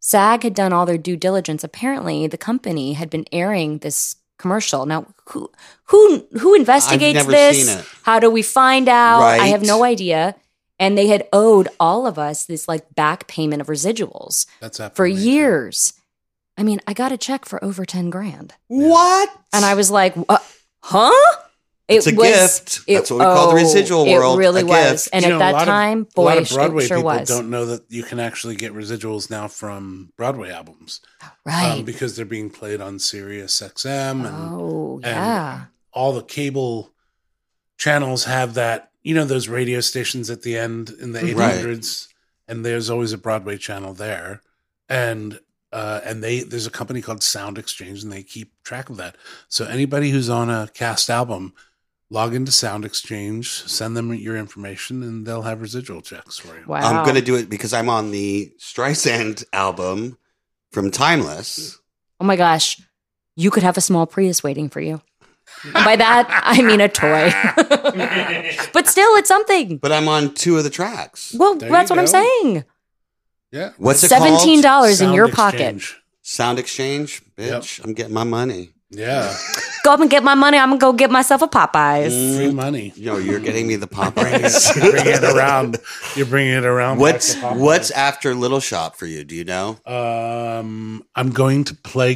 Speaker 1: SAG had done all their due diligence. Apparently, the company had been airing this commercial. Now, who who who investigates
Speaker 2: never
Speaker 1: this?
Speaker 2: seen it.
Speaker 1: How do we find out? I have
Speaker 2: Right.
Speaker 1: no idea. And they had owed all of us this like back payment of residuals
Speaker 6: That's happened
Speaker 1: for
Speaker 2: Oh
Speaker 6: to me, too.
Speaker 1: years. I mean, I got a check for over ten grand,
Speaker 2: What?
Speaker 1: and I was like, "Wha- "Huh?" It oh,
Speaker 2: It's a gift. That's what we call the residual
Speaker 1: it
Speaker 2: world,
Speaker 1: really
Speaker 2: a
Speaker 1: was,
Speaker 2: gift.
Speaker 1: and at
Speaker 6: You know, a lot
Speaker 1: that
Speaker 6: of-
Speaker 1: time,
Speaker 6: a
Speaker 1: boy,
Speaker 6: lot
Speaker 1: it
Speaker 6: of Broadway
Speaker 1: sure
Speaker 6: people
Speaker 1: was
Speaker 6: don't um, know that you can actually get residuals now from Broadway albums
Speaker 1: right.
Speaker 6: um, because they're being played on Sirius XM and
Speaker 1: oh
Speaker 6: and
Speaker 1: yeah,
Speaker 6: all the cable channels have that. You know those radio stations at the end in the eight
Speaker 2: Mhm. Right.
Speaker 6: hundreds, and there's always a Broadway channel there, and uh, and they there's a company called Sound Exchange, and they keep track of that. So anybody who's on a cast album. Log into Sound Exchange, send them your information, and they'll have residual checks for you.
Speaker 1: wow.
Speaker 2: I'm gonna do it because I'm on the Streisand album from Timeless.
Speaker 1: oh my gosh, you could have a small Prius waiting for you. And by that, I mean a toy. [laughs] but still, it's something.
Speaker 2: But I'm on two of the tracks.
Speaker 1: Well,
Speaker 6: There
Speaker 1: that's
Speaker 6: you
Speaker 1: what I'm
Speaker 6: go.
Speaker 1: saying.
Speaker 6: Yeah.
Speaker 2: What's it
Speaker 1: Seventeen
Speaker 2: called?
Speaker 1: dollars in
Speaker 6: Sound
Speaker 1: your pocket.
Speaker 6: Exchange.
Speaker 2: Sound Exchange, bitch. I'm getting my money.
Speaker 6: Yeah.
Speaker 1: Go up and get my money. I'm gonna go get myself a Popeyes.
Speaker 6: [laughs] Free money.
Speaker 2: No, Mm. you're getting me the
Speaker 1: [laughs]
Speaker 6: [laughs] You're bringing
Speaker 2: Popeyes.
Speaker 6: it around. You're bringing it around.
Speaker 2: [laughs]
Speaker 6: back
Speaker 2: what's
Speaker 6: to Popeyes.
Speaker 2: what's after Little Shop for you? Do you know?
Speaker 6: Um, I'm going to play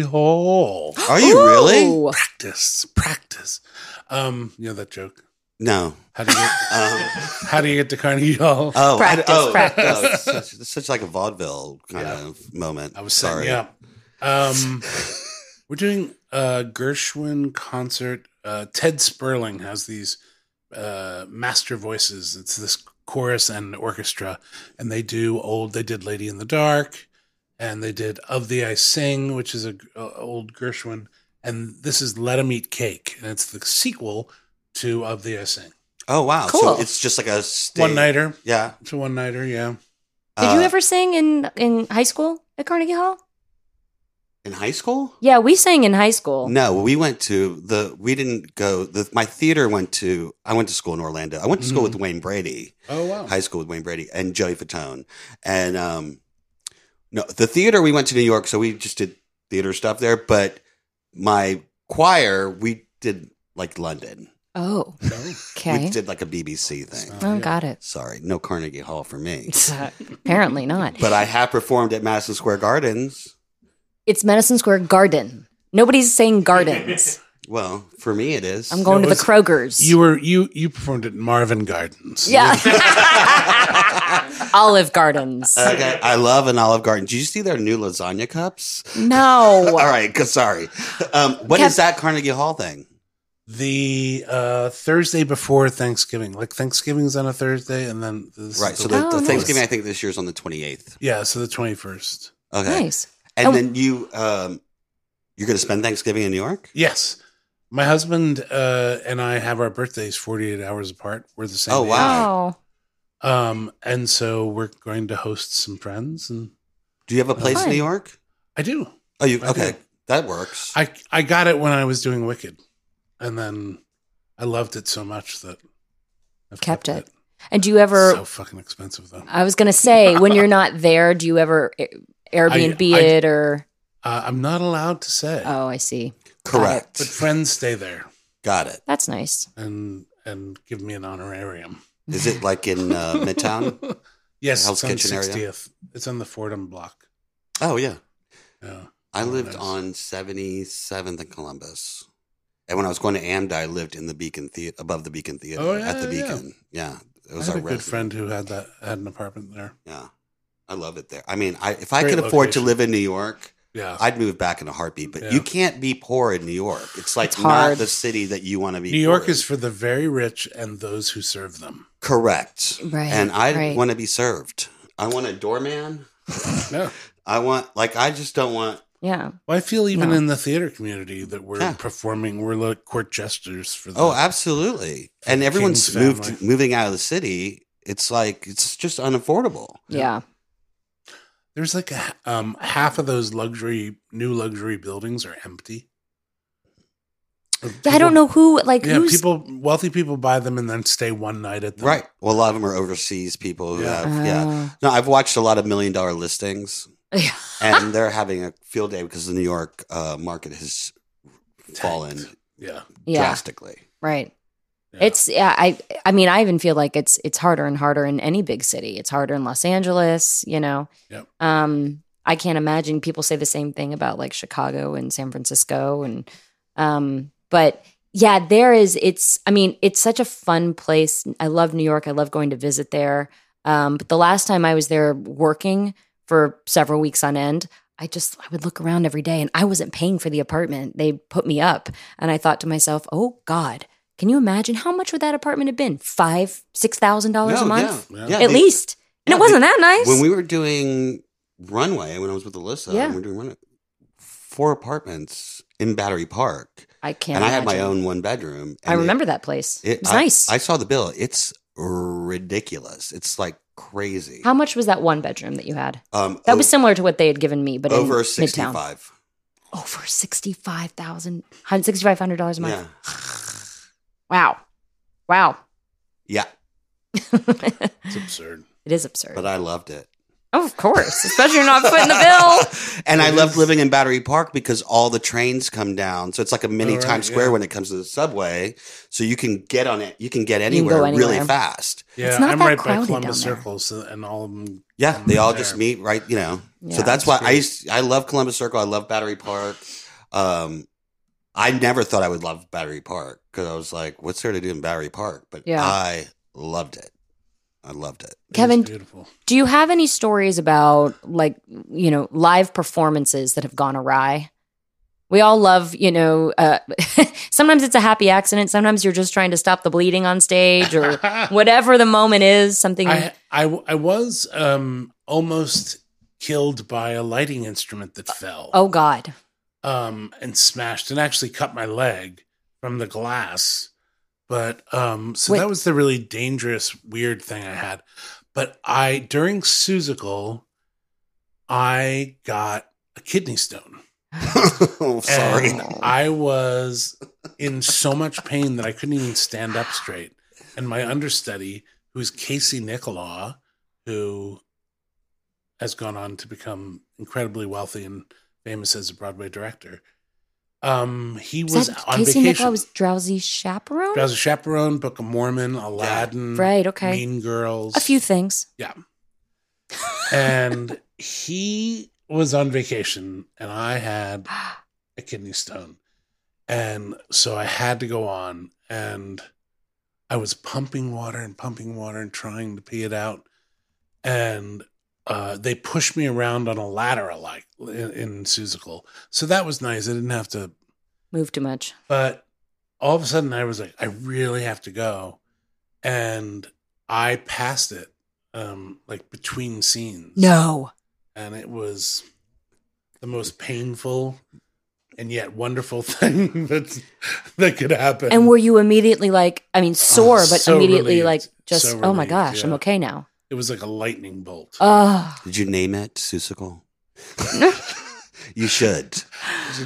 Speaker 1: [gasps]
Speaker 6: Hall.
Speaker 2: Are you really?
Speaker 1: Ooh.
Speaker 6: practice, practice. Um, you know that joke.
Speaker 2: No.
Speaker 6: How do you get, [laughs]
Speaker 2: Um,
Speaker 6: how do you get to Carnegie Hall?
Speaker 2: oh,
Speaker 1: Practice,
Speaker 2: oh,
Speaker 1: practice.
Speaker 2: oh, it's such, it's such like a vaudeville kind of moment.
Speaker 6: I was
Speaker 2: sorry.
Speaker 6: sorry. Yeah. Um, we're doing a Gershwin concert. Uh, Ted Sperling has these uh, master voices. It's this chorus and orchestra, and they do old. They did "Lady in the Dark," and they did "Of the I Sing," which is a, a old Gershwin. And this is "Let 'Em Eat Cake," and it's the sequel to "Of the I Sing."
Speaker 2: Oh wow!
Speaker 1: Cool.
Speaker 2: So it's just like a stage.
Speaker 6: One nighter.
Speaker 2: Yeah.
Speaker 6: It's a one nighter. Yeah.
Speaker 1: Did you
Speaker 2: Uh,
Speaker 1: ever sing in in high school at Carnegie Hall?
Speaker 2: in high school?
Speaker 1: Yeah, we sang in high school.
Speaker 2: No, we went to the. We didn't go. The, my theater went to. I went to school in Orlando. I went to school with
Speaker 6: Mhm.
Speaker 1: Mm-hmm.
Speaker 2: Wayne Brady,
Speaker 6: Oh wow.
Speaker 2: high school with Wayne Brady and Joey Fatone, and um, no, the theater we went to New York, so we just did theater stuff there. But my choir, we did like London.
Speaker 1: Oh,
Speaker 6: No.
Speaker 1: okay.
Speaker 2: We did like a BBC thing.
Speaker 1: oh, got
Speaker 2: [laughs]
Speaker 1: it.
Speaker 2: Sorry, no Carnegie Hall
Speaker 1: [laughs]
Speaker 2: for me.
Speaker 1: Apparently not.
Speaker 2: but I have performed at Madison Square Gardens.
Speaker 1: It's Madison Square Garden. Nobody's saying gardens.
Speaker 2: Well, for me it is.
Speaker 1: I'm going
Speaker 6: It
Speaker 1: to the
Speaker 6: was-
Speaker 1: Kroger's.
Speaker 6: You were you you performed at Marvin Gardens. [laughs]
Speaker 1: yeah. [laughs] Olive [laughs] Gardens.
Speaker 2: Okay, I love an Olive Garden. Did you see their new lasagna cups?
Speaker 1: no.
Speaker 2: All right, 'cause- sorry. Um, what is
Speaker 1: Kev-
Speaker 2: that Carnegie Hall thing?
Speaker 6: the uh, Thursday before Thanksgiving. Like Thanksgiving's on a Thursday, and then this is
Speaker 2: Right. So
Speaker 6: the-
Speaker 2: the,
Speaker 1: Oh,
Speaker 2: the
Speaker 1: nice.
Speaker 2: Thanksgiving, I think this year's on the twenty eighth.
Speaker 6: yeah, so the twenty first.
Speaker 2: Okay,
Speaker 1: Nice.
Speaker 2: and
Speaker 1: Oh.
Speaker 2: then you um, you're going to spend Thanksgiving in New York.
Speaker 6: Yes, my husband uh, and I have our birthdays forty eight hours apart. We're the same.
Speaker 2: Oh,
Speaker 6: age.
Speaker 1: Oh.
Speaker 2: wow.
Speaker 6: Um, and so we're going to host some friends, and
Speaker 2: Do you have a place in
Speaker 1: Fine.
Speaker 2: New York?
Speaker 6: I do.
Speaker 2: Oh, you
Speaker 6: I
Speaker 2: okay?
Speaker 6: do.
Speaker 2: That works.
Speaker 6: I I got it when I was doing Wicked, and then I loved it so much that I've
Speaker 1: Kept it. And do you ever,
Speaker 6: So fucking expensive though.
Speaker 1: I was going to say, when you're not there, do you ever Air- Airbnb
Speaker 6: I-
Speaker 1: it or?
Speaker 6: Uh, I'm not allowed to say,
Speaker 1: Oh, I see.
Speaker 2: Correct.
Speaker 6: but friends stay there.
Speaker 2: Got it.
Speaker 1: That's nice.
Speaker 6: and and give me an honorarium.
Speaker 2: Is it like in
Speaker 1: [laughs]
Speaker 2: uh, Midtown?
Speaker 6: [laughs] Yes,
Speaker 2: Hell's
Speaker 6: it's on
Speaker 2: Kitchen area?
Speaker 6: sixtieth. It's on the Fordham block.
Speaker 2: Oh yeah.
Speaker 6: Yeah.
Speaker 2: I
Speaker 6: Oh,
Speaker 2: lived
Speaker 6: nice.
Speaker 2: on 77th and Columbus. And when I was going to AMDA, I lived in the Beacon Theater, above the Beacon Theater,
Speaker 6: Oh,
Speaker 2: at the
Speaker 6: yeah, yeah.
Speaker 2: Beacon. Yeah. It
Speaker 6: I
Speaker 2: was
Speaker 6: had
Speaker 2: our
Speaker 6: a good
Speaker 2: residence.
Speaker 6: friend who had that had an apartment there.
Speaker 2: Yeah. I love it there. I mean, I, if I
Speaker 6: Great
Speaker 2: could afford to
Speaker 6: location.
Speaker 2: live in New York,
Speaker 6: Yeah.
Speaker 2: I'd move back in a heartbeat, but
Speaker 6: Yeah.
Speaker 2: you can't be poor in New York. It's like
Speaker 1: It's
Speaker 2: not
Speaker 1: hard.
Speaker 2: the city that you want to be.
Speaker 6: New York
Speaker 2: poor
Speaker 6: is for the very rich and those who serve them.
Speaker 2: in. correct,
Speaker 1: Right,
Speaker 2: And I
Speaker 1: right.
Speaker 2: want to be served. I want a
Speaker 6: [laughs]
Speaker 2: doorman.
Speaker 6: No.
Speaker 2: I want like I just don't want.
Speaker 1: Yeah.
Speaker 6: Well, I feel even
Speaker 1: No.
Speaker 6: in the theater community that we're
Speaker 2: Yeah.
Speaker 6: performing, we're like court jesters for the
Speaker 2: Oh, absolutely. And
Speaker 6: the
Speaker 2: everyone's
Speaker 6: King's
Speaker 2: moved
Speaker 6: family.
Speaker 2: moving out of the city. It's like it's just unaffordable.
Speaker 1: Yeah.
Speaker 6: There's like a, um, half of those luxury, new luxury buildings are empty.
Speaker 1: I don't know who, like,
Speaker 6: Yeah,
Speaker 1: who's.
Speaker 6: people, wealthy people buy them and then stay one night at them.
Speaker 2: Right. Well, a lot of them are overseas people who
Speaker 6: Yeah.
Speaker 1: Uh-huh.
Speaker 2: have yeah. No, I've watched a lot of million dollar listings,
Speaker 1: Oh. [laughs] yeah.
Speaker 2: and they're having a field day because the New York uh, market has fallen
Speaker 6: Yeah.
Speaker 1: Yeah.
Speaker 2: drastically.
Speaker 1: Right.
Speaker 6: Yeah.
Speaker 1: It's yeah, I I mean, I even feel like it's it's harder and harder in any big city. It's harder in Los Angeles, you know.
Speaker 6: Yep.
Speaker 1: Um I can't imagine people say the same thing about like Chicago and San Francisco and um but yeah, there is it's I mean, it's such a fun place. I love New York. I love going to visit there. Um but the last time I was there working for several weeks on end, I just I would look around every day and I wasn't paying for the apartment. They put me up and I thought to myself, "Oh god, can you imagine how much would that apartment have been? Five, six thousand dollars a
Speaker 2: No,
Speaker 1: month,
Speaker 2: yeah,
Speaker 6: Yeah.
Speaker 2: yeah,
Speaker 1: at
Speaker 2: they-
Speaker 1: least. And
Speaker 2: yeah,
Speaker 1: it wasn't that nice.
Speaker 2: When we were doing runway, when I was with Alyssa,
Speaker 1: Yeah.
Speaker 2: and we were doing runway, four apartments in Battery Park,
Speaker 1: I can't.
Speaker 2: and I had my
Speaker 1: imagine.
Speaker 2: own one bedroom.
Speaker 1: I
Speaker 2: and it-
Speaker 1: remember that place. It, was
Speaker 2: I-
Speaker 1: nice.
Speaker 2: I saw the bill. It's ridiculous. It's like crazy.
Speaker 1: how much was that one bedroom that you had?
Speaker 2: um,
Speaker 1: That
Speaker 2: o-
Speaker 1: was similar to what they had given me, but
Speaker 2: over
Speaker 1: in
Speaker 2: sixty
Speaker 1: Midtown.
Speaker 2: five.
Speaker 1: Over sixty five thousand, sixty five hundred dollars a month.
Speaker 2: Yeah,
Speaker 1: Wow, wow. [laughs]
Speaker 2: yeah.
Speaker 1: it
Speaker 6: It's absurd.
Speaker 1: is absurd.
Speaker 2: But I loved it.
Speaker 1: oh, of course, especially [laughs] you're not
Speaker 2: [laughs]
Speaker 1: footing the bill.
Speaker 2: and I
Speaker 6: It
Speaker 2: loved
Speaker 6: is.
Speaker 2: living in Battery Park because all the trains come down. So it's like a mini
Speaker 6: Oh, right,
Speaker 2: Times Square
Speaker 6: yeah.
Speaker 2: when it comes to the subway. So you can get on it. You can get
Speaker 1: can go
Speaker 2: anywhere, really
Speaker 1: anywhere.
Speaker 2: fast.
Speaker 6: Yeah.
Speaker 1: not
Speaker 6: I'm
Speaker 1: that
Speaker 6: right
Speaker 1: crowded
Speaker 6: by Columbus
Speaker 1: down there.
Speaker 6: Circle, so, and all of them.
Speaker 2: Yeah,
Speaker 6: come
Speaker 2: they all
Speaker 6: there.
Speaker 2: just meet right, you know.
Speaker 1: Yeah,
Speaker 2: so that's why I
Speaker 6: great.
Speaker 2: used, I love Columbus Circle. I love Battery Park. Um, I never thought I would love Battery Park because I was like, "What's there to do in Battery Park?" But
Speaker 1: Yeah.
Speaker 2: I loved it. I loved it. [laughs]
Speaker 6: It is
Speaker 1: Kevin-
Speaker 6: Beautiful.
Speaker 1: Do you have any stories about like, you know, live performances that have gone awry? We all love, you know, uh, [laughs] sometimes it's a happy accident. Sometimes you're just trying to stop the bleeding on stage or
Speaker 6: [laughs]
Speaker 2: [laughs]
Speaker 1: whatever the moment is, something.
Speaker 6: I, I, I was um, almost killed by a lighting instrument that fell
Speaker 1: oh, God.
Speaker 6: um, and smashed and actually cut my leg from the glass. But um, so
Speaker 1: Wait.
Speaker 6: that was the really dangerous, weird thing I had. But I, during Suzical, I got a kidney stone.
Speaker 2: oh, sorry.
Speaker 6: And I was in so much pain that I couldn't even stand up straight. And my understudy, who's Casey Nicola, who has gone on to become incredibly wealthy and famous as a Broadway director, um, he
Speaker 1: Is
Speaker 6: was
Speaker 1: that
Speaker 6: on
Speaker 1: Casey
Speaker 6: vacation.
Speaker 1: Nicola was Drowsy Chaperone?
Speaker 6: I was a chaperone, Book of Mormon, Aladdin,
Speaker 1: Right, okay.
Speaker 6: Mean Girls,
Speaker 1: a few things. [gasps]
Speaker 6: and he was on vacation, and I had a kidney stone. And so I had to go on and I was pumping water and pumping water and trying to pee it out. And uh, they pushed me around on a ladder a lot in, in Seussical. So that was nice. I didn't have to,
Speaker 1: Move too much.
Speaker 6: but all of a sudden I was like, I really have to go. And I passed it um, like between scenes
Speaker 1: No.
Speaker 6: and it was the most painful and yet wonderful [laughs] thing that that could happen.
Speaker 1: And were you immediately like, I mean, sore, but
Speaker 6: Oh, so
Speaker 1: immediately
Speaker 6: relieved.
Speaker 1: like, just,
Speaker 6: So
Speaker 1: oh my
Speaker 6: relieved,
Speaker 1: gosh, I'm
Speaker 6: yeah.
Speaker 1: okay now.
Speaker 6: it was like a lightning bolt.
Speaker 1: Oh,
Speaker 2: Did you name it
Speaker 6: [laughs]
Speaker 2: Susicle? you should.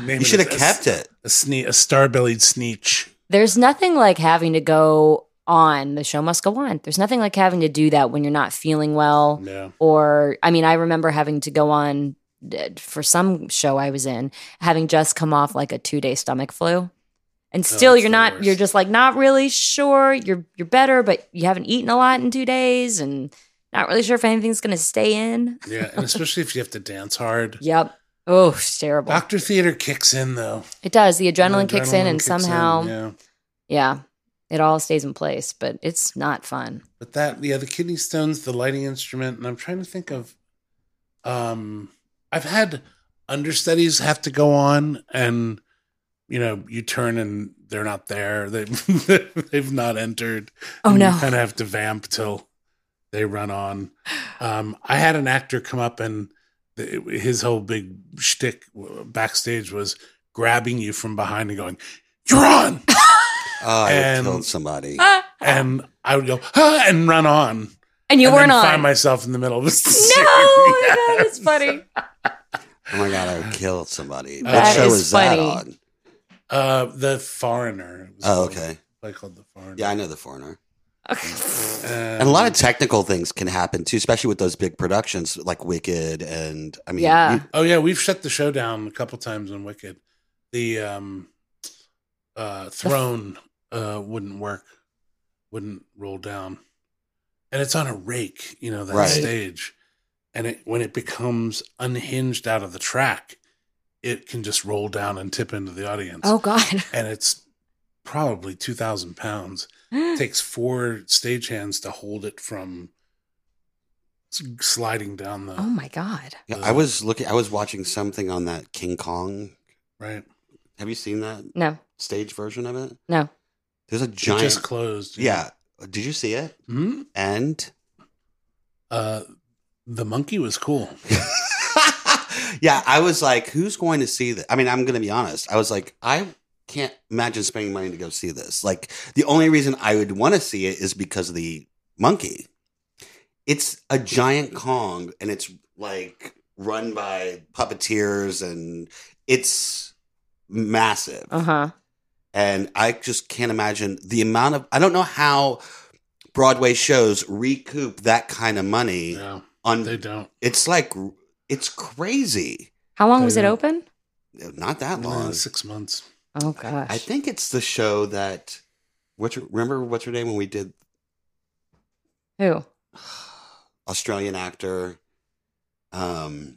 Speaker 6: name
Speaker 2: You
Speaker 6: it
Speaker 2: should have
Speaker 6: as-
Speaker 2: kept it.
Speaker 6: a sne- a star-bellied sneech.
Speaker 1: there's nothing like having to go on the show must go on there's nothing like having to do that when you're not feeling well
Speaker 6: Yeah,
Speaker 1: or i mean i remember having to go on uh, for some show i was in having just come off like a two day stomach flu and still
Speaker 6: Oh, that's
Speaker 1: you're
Speaker 6: the
Speaker 1: not
Speaker 6: worst.
Speaker 1: you're just like not really sure you're you're better but you haven't eaten a lot in two days and not really sure if anything's gonna stay in
Speaker 6: yeah, and especially if you have to dance hard.
Speaker 1: [laughs] yep oh it's terrible
Speaker 6: Doctor theater kicks in though.
Speaker 1: it does the adrenaline, kicks in
Speaker 6: Adrenaline
Speaker 1: and
Speaker 6: kicks
Speaker 1: somehow
Speaker 6: yeah.
Speaker 1: yeah it all stays in place but it's not fun
Speaker 6: But that, yeah, the kidney stones, the lighting instrument, and I'm trying to think of. Um, I've had understudies have to go on and you know you turn and they're not there they [laughs] they've not entered
Speaker 1: Oh, no. [laughs]
Speaker 6: kind of have to vamp till they run on um i had an actor come up and th- his whole big shtick w- backstage was grabbing you from behind and going you're on
Speaker 2: Oh, I
Speaker 6: And-
Speaker 2: killed
Speaker 6: [laughs]
Speaker 2: somebody.
Speaker 6: and i would go ah, and run on
Speaker 1: and you
Speaker 6: and
Speaker 1: weren't
Speaker 6: then
Speaker 1: on.
Speaker 6: find myself in the middle of a
Speaker 1: [laughs] no, Oh
Speaker 6: series. [laughs]
Speaker 1: my God, it's funny.
Speaker 2: Oh my god, I would kill somebody. What
Speaker 6: That
Speaker 2: show
Speaker 1: is
Speaker 2: was that
Speaker 1: funny.
Speaker 2: on?
Speaker 6: Uh, the foreigner. It was
Speaker 2: Oh,
Speaker 6: called-
Speaker 2: okay.
Speaker 6: Play called the foreigner.
Speaker 2: Yeah, I know the foreigner.
Speaker 6: Um,
Speaker 2: And a lot of technical things can happen too, especially with those big productions like Wicked and I
Speaker 1: [laughs]
Speaker 2: mean
Speaker 1: Yeah.
Speaker 6: oh yeah, we've shut the show down a couple times on Wicked. The um, uh, throne uh wouldn't work, wouldn't roll down, and it's on a rake. You know that
Speaker 2: Right.
Speaker 6: stage, and it when it becomes unhinged out of the track, it can just roll down and tip into the audience.
Speaker 1: Oh God.
Speaker 6: and it's probably 2000 pounds
Speaker 1: Hmm.
Speaker 6: it takes four stagehands to hold it from s- sliding down the
Speaker 1: [laughs] Oh my God.
Speaker 2: Yeah, I was looking I was watching something on that King Kong.
Speaker 6: right
Speaker 2: Have you seen that
Speaker 1: No,
Speaker 2: stage version of it?
Speaker 1: no.
Speaker 2: There's a
Speaker 6: it
Speaker 2: giant
Speaker 6: just closed
Speaker 2: Yeah. Did you see it?
Speaker 6: Hmm?
Speaker 2: And
Speaker 6: uh the monkey was cool
Speaker 2: [laughs] yeah, I was like, who's going to see this? I mean, I'm going to be honest. I was like, I can't imagine spending money to go see this. Like, the only reason I would want to see it is because of the monkey. It's a giant Kong and it's like run by puppeteers and it's massive.
Speaker 1: Uh huh.
Speaker 2: And I just can't imagine the amount of, I don't know how Broadway shows recoup that kind of money
Speaker 6: yeah
Speaker 2: on
Speaker 6: they don't
Speaker 2: it's like it's crazy.
Speaker 1: How long was it
Speaker 6: Yeah.
Speaker 1: open?
Speaker 2: Not that
Speaker 6: Uh,
Speaker 2: long.
Speaker 6: six months
Speaker 1: Oh gosh.
Speaker 2: I think it's the show that what's her, remember what's her name when we did [sighs]
Speaker 1: Who?
Speaker 2: Australian actor um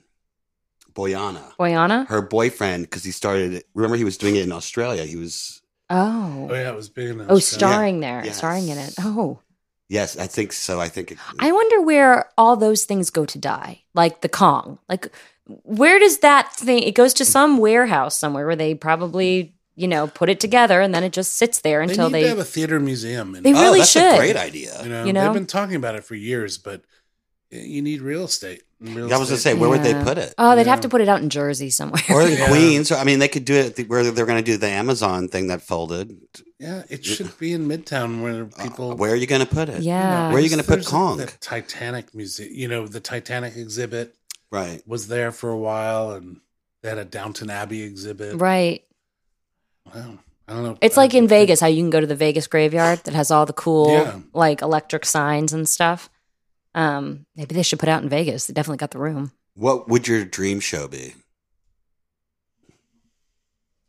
Speaker 2: Boyana.
Speaker 1: Boyana?
Speaker 2: Her boyfriend because he started remember he was doing it in Australia. He was
Speaker 1: Oh.
Speaker 6: oh yeah it was big enough
Speaker 1: Oh,
Speaker 6: so-
Speaker 1: starring there,
Speaker 2: Yes.
Speaker 1: starring in it. Oh,
Speaker 2: yes, I think so. I think it,
Speaker 1: I wonder where all those things go to die, like the Kong. Like, where does that thing? It goes to some warehouse somewhere where they probably, you know, put it together and then it just sits there
Speaker 6: they
Speaker 1: until
Speaker 6: need
Speaker 1: they.
Speaker 6: to have a theater museum in
Speaker 1: They
Speaker 2: oh,
Speaker 1: really
Speaker 2: that's
Speaker 1: should.
Speaker 2: a great
Speaker 6: you
Speaker 2: idea.
Speaker 6: know,
Speaker 1: you know?
Speaker 6: they've been talking about it for years but y- you need real estate And real
Speaker 2: I was gonna
Speaker 6: estate-
Speaker 2: say where would they
Speaker 1: Yeah.
Speaker 2: put it?
Speaker 1: oh, they'd have to
Speaker 6: Yeah.
Speaker 1: put it out in Jersey somewhere.
Speaker 2: Or
Speaker 1: [laughs]
Speaker 2: in
Speaker 6: Yeah.
Speaker 2: Queens, or I mean, they could do it at the, where they're going to do the Amazon thing that folded.
Speaker 6: yeah it should be in midtown where people
Speaker 2: Uh, where are you going to put it?
Speaker 1: yeah.
Speaker 2: Where are you gonna put
Speaker 6: There's
Speaker 2: Kong?
Speaker 6: The Titanic museum. You know, the Titanic exhibit
Speaker 2: Right.
Speaker 6: was there for a while, and they had a Downton Abbey exhibit.
Speaker 1: right.
Speaker 6: Wow. I don't know.
Speaker 1: It's like in Vegas, how you can go to the Vegas graveyard that has all the cool,
Speaker 6: Yeah.
Speaker 1: like, electric signs and stuff. Um, maybe they should put out in Vegas. They definitely got the room.
Speaker 2: What would your dream show be?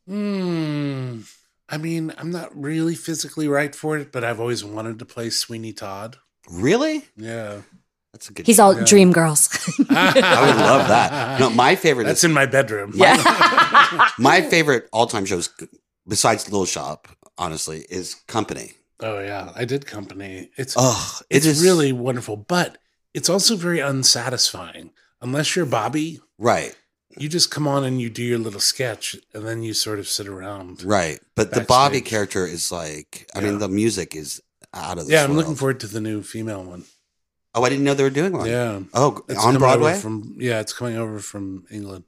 Speaker 6: Hmm. I mean, I'm not really physically right for it, but I've always wanted to play Sweeney Todd.
Speaker 2: Really?
Speaker 6: Yeah,
Speaker 2: That's a good.
Speaker 1: He's all
Speaker 6: Yeah.
Speaker 1: dream girls. [laughs]
Speaker 2: I would love
Speaker 6: [laughs]
Speaker 2: that. No, my favorite
Speaker 6: That's
Speaker 2: is
Speaker 6: in my bedroom.
Speaker 2: my favorite all time shows besides Little Shop. Honestly, is Company.
Speaker 6: [laughs] oh yeah, I did company. It's
Speaker 2: Oh, it
Speaker 6: it's
Speaker 2: is
Speaker 6: really wonderful, but it's also very unsatisfying unless you're Bobby.
Speaker 2: right,
Speaker 6: You just come on and you do your little sketch, and then you sort of sit around.
Speaker 2: right. But the Bobby
Speaker 6: Backstage.
Speaker 2: character is like. I
Speaker 6: Yeah.
Speaker 2: mean, the music is out of this.
Speaker 6: Yeah, I'm looking
Speaker 2: world.
Speaker 6: forward to the new female one.
Speaker 2: Oh, I didn't know they were doing one.
Speaker 6: Yeah,
Speaker 2: Oh,
Speaker 6: It's
Speaker 2: on
Speaker 6: coming
Speaker 2: Broadway.
Speaker 6: over from yeah, it's coming over from England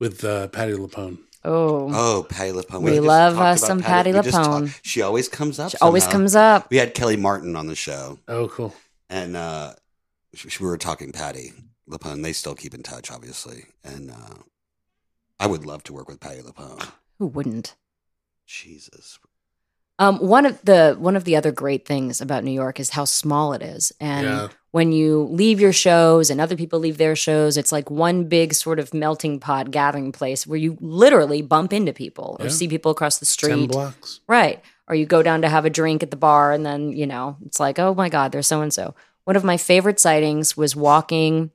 Speaker 6: with uh, Patty Lapone.
Speaker 1: [laughs] oh.
Speaker 2: oh, Patty LuPone.
Speaker 1: We
Speaker 2: just
Speaker 1: love
Speaker 2: talked
Speaker 1: us
Speaker 2: about
Speaker 1: some
Speaker 2: We
Speaker 1: Patti
Speaker 2: just talked-
Speaker 1: LuPone.
Speaker 2: She always comes up.
Speaker 1: She always
Speaker 2: somehow.
Speaker 1: comes up.
Speaker 2: We had Kelly Martin on the show,
Speaker 6: Oh, cool.
Speaker 2: and uh, sh- sh- we were talking Patty LuPone. They still keep in touch, obviously, and uh, I would love to work with Patty LuPone.
Speaker 1: Who wouldn't?
Speaker 2: Jesus.
Speaker 1: Um, one of the one of the other great things about New York is how small it is, and
Speaker 6: Yeah.
Speaker 1: when you leave your shows and other people leave their shows, it's like one big sort of melting pot gathering place where you literally bump into people or
Speaker 6: Yeah.
Speaker 1: see people across the
Speaker 6: Ten
Speaker 1: street,
Speaker 6: blocks.
Speaker 1: right? Or you go down to have a drink at the bar, and then you know it's like, oh my god, there's so and so. One of my favorite sightings was walking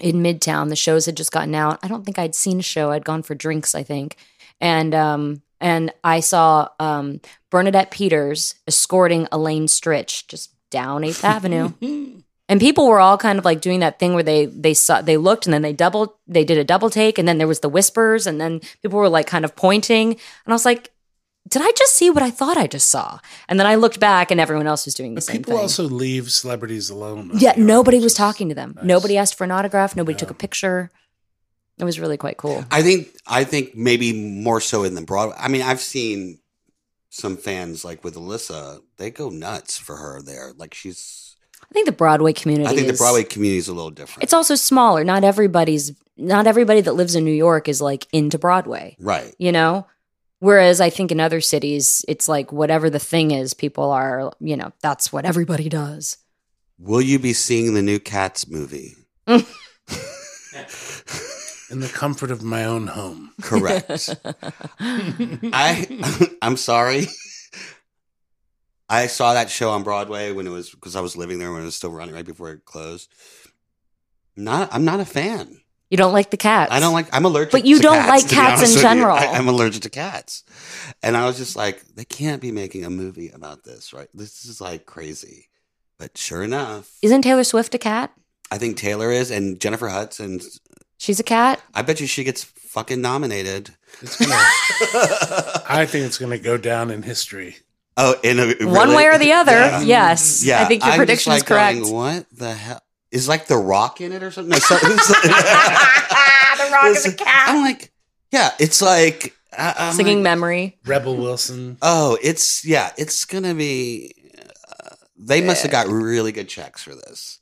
Speaker 1: in Midtown. The shows had just gotten out. I don't think I'd seen a show. I'd gone for drinks, I think, and um, and I saw um,
Speaker 6: [laughs]
Speaker 1: Bernadette Peters escorting Elaine Stritch just down Eighth Avenue. And people were all kind of like doing that thing where they they saw they looked and then they doubled they did a double take and then there was the whispers and then people were like kind of pointing and I was like, did I just see what I thought I just saw? And then I looked back and everyone else was doing the
Speaker 6: But
Speaker 1: same
Speaker 6: people
Speaker 1: thing.
Speaker 6: also leave celebrities alone.
Speaker 1: yeah,
Speaker 6: you know,
Speaker 1: nobody
Speaker 6: which
Speaker 1: was
Speaker 6: is
Speaker 1: talking to them.
Speaker 6: nice.
Speaker 1: Nobody asked for an autograph. Nobody took
Speaker 6: Yeah.
Speaker 1: a picture. It was really quite cool.
Speaker 2: I think I think maybe more so in the Broadway. I mean, I've seen some fans like with Alyssa, they go nuts for her there. Like she's
Speaker 1: I think the Broadway community.
Speaker 2: I think the
Speaker 1: is-
Speaker 2: Broadway community is a little different.
Speaker 1: It's also smaller. Not everybody's. Not everybody that lives in New York is like into Broadway.
Speaker 2: right.
Speaker 1: You know. Whereas I think in other cities, it's like whatever the thing is, people are. You know, that's what everybody
Speaker 2: [laughs]
Speaker 1: does.
Speaker 2: Will you be seeing the new Cats movie?
Speaker 6: in the comfort of my own home.
Speaker 1: [laughs]
Speaker 2: Correct. I [laughs] I'm sorry. I saw that show on Broadway when it was because I was living there when it was still running right before it closed. Not I'm not a fan.
Speaker 1: You don't like the cats.
Speaker 2: I don't like. I'm allergic.
Speaker 1: But you
Speaker 2: to
Speaker 1: don't
Speaker 2: cats,
Speaker 1: like
Speaker 2: to be
Speaker 1: cats
Speaker 2: honest
Speaker 1: in
Speaker 2: with you.
Speaker 1: general.
Speaker 2: I, am allergic to cats, and I was just like, they can't be making a movie about this, right? This is like crazy. But sure enough,
Speaker 1: Isn't Taylor Swift a cat?
Speaker 2: I think Taylor is, and Jennifer Hudson.
Speaker 1: She's a cat.
Speaker 2: I bet you she gets fucking nominated.
Speaker 6: It's
Speaker 1: [laughs]
Speaker 6: gonna, I think it's going to go down in history.
Speaker 2: Oh, in a,
Speaker 1: One
Speaker 2: really-
Speaker 1: way or the other.
Speaker 2: Yeah.
Speaker 1: Yes.
Speaker 2: Yeah,
Speaker 1: I think your
Speaker 2: I'm just,
Speaker 1: prediction
Speaker 2: like,
Speaker 1: is correct.
Speaker 2: going, what the hell is like the Rock in it or something? No, so, [laughs] [laughs] the Rock is a cat. I'm like, yeah, it's like I, I'm
Speaker 1: Singing
Speaker 2: like,
Speaker 1: memory.
Speaker 6: Rebel Wilson.
Speaker 2: Oh, it's yeah, it's gonna be. Uh, they must have got really good checks for this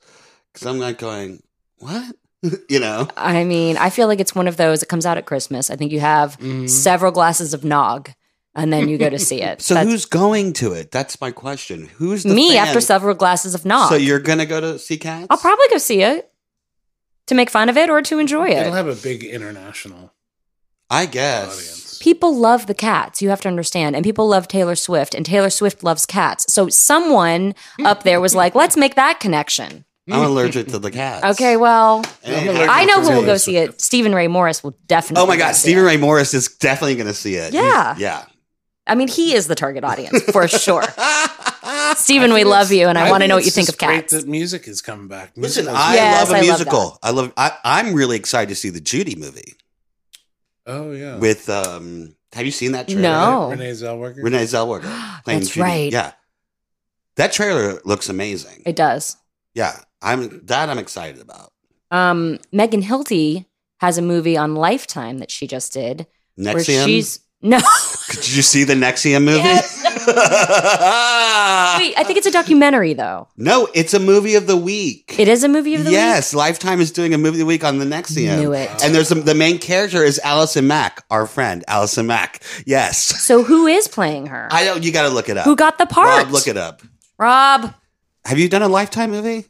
Speaker 2: because I'm not going. What [laughs] you know?
Speaker 1: I mean, I feel like it's one of those. It comes out at Christmas. I think you have
Speaker 2: Mm-hmm.
Speaker 1: several glasses of nog, and then you go to see it.
Speaker 2: [laughs] So
Speaker 1: That's
Speaker 2: who's going to it? That's my question. Who's the
Speaker 1: me
Speaker 2: fan?
Speaker 1: after several glasses of nog?
Speaker 2: So you're gonna go to see cats?
Speaker 1: I'll probably go see it to make fun of it or to enjoy
Speaker 6: It'll
Speaker 1: it.
Speaker 6: have a big international
Speaker 2: I guess.
Speaker 6: audience.
Speaker 1: People love the cats. You have to understand, and people love Taylor Swift, and Taylor Swift loves cats. So someone up there was like, "Let's make that connection."
Speaker 2: I'm allergic to the cats.
Speaker 1: Okay, well,
Speaker 2: And-
Speaker 6: I'm allergic
Speaker 1: I know who will
Speaker 6: Taylor
Speaker 1: go see it. Stephen Ray Morris will definitely.
Speaker 2: Oh my
Speaker 1: go
Speaker 2: God,
Speaker 1: see
Speaker 2: Stephen
Speaker 1: it.
Speaker 2: Ray Morris is definitely going to see it. He's-
Speaker 1: Yeah.
Speaker 2: yeah. [laughs]
Speaker 1: I mean, he is the target audience for sure. Stephen, we love you, and I, want to
Speaker 6: think
Speaker 1: know what
Speaker 6: it's
Speaker 1: you think
Speaker 6: just
Speaker 1: of
Speaker 6: great
Speaker 1: cats.
Speaker 6: That music is coming back.
Speaker 2: Listen,
Speaker 6: Musicals-
Speaker 2: I
Speaker 1: Yes,
Speaker 2: love
Speaker 1: I
Speaker 2: a
Speaker 1: love
Speaker 2: musical. I love. I, I'm really excited to see the Judy movie
Speaker 6: oh yeah,
Speaker 2: with. um Have you seen that trailer?
Speaker 1: No.
Speaker 6: Renee Zellweger.
Speaker 1: [gasps]
Speaker 2: Renee Zellweger. playing
Speaker 1: That's
Speaker 2: Judy.
Speaker 1: right.
Speaker 2: Yeah, that trailer looks amazing.
Speaker 1: It does.
Speaker 2: yeah, I'm that I'm excited about.
Speaker 1: Um, Megan Hilty has a movie on Lifetime that she just did where
Speaker 2: Nexium.
Speaker 1: she's no.
Speaker 2: [laughs] Did you see the Nexium movie? [laughs]
Speaker 1: Wait, I think it's a documentary though.
Speaker 2: no, it's a movie of the week.
Speaker 1: It is a movie of the
Speaker 2: yes, Lifetime is doing a movie of the week on the
Speaker 1: week.
Speaker 2: Nexium.
Speaker 1: Knew it.
Speaker 2: And there's some, the main character is Allison Mack, our friend Allison Mack. Yes,
Speaker 1: So who is playing her?
Speaker 2: I know you got to look it up.
Speaker 1: who got the part?
Speaker 2: Rob, look it up.
Speaker 1: Rob.
Speaker 2: Have you done a Lifetime movie?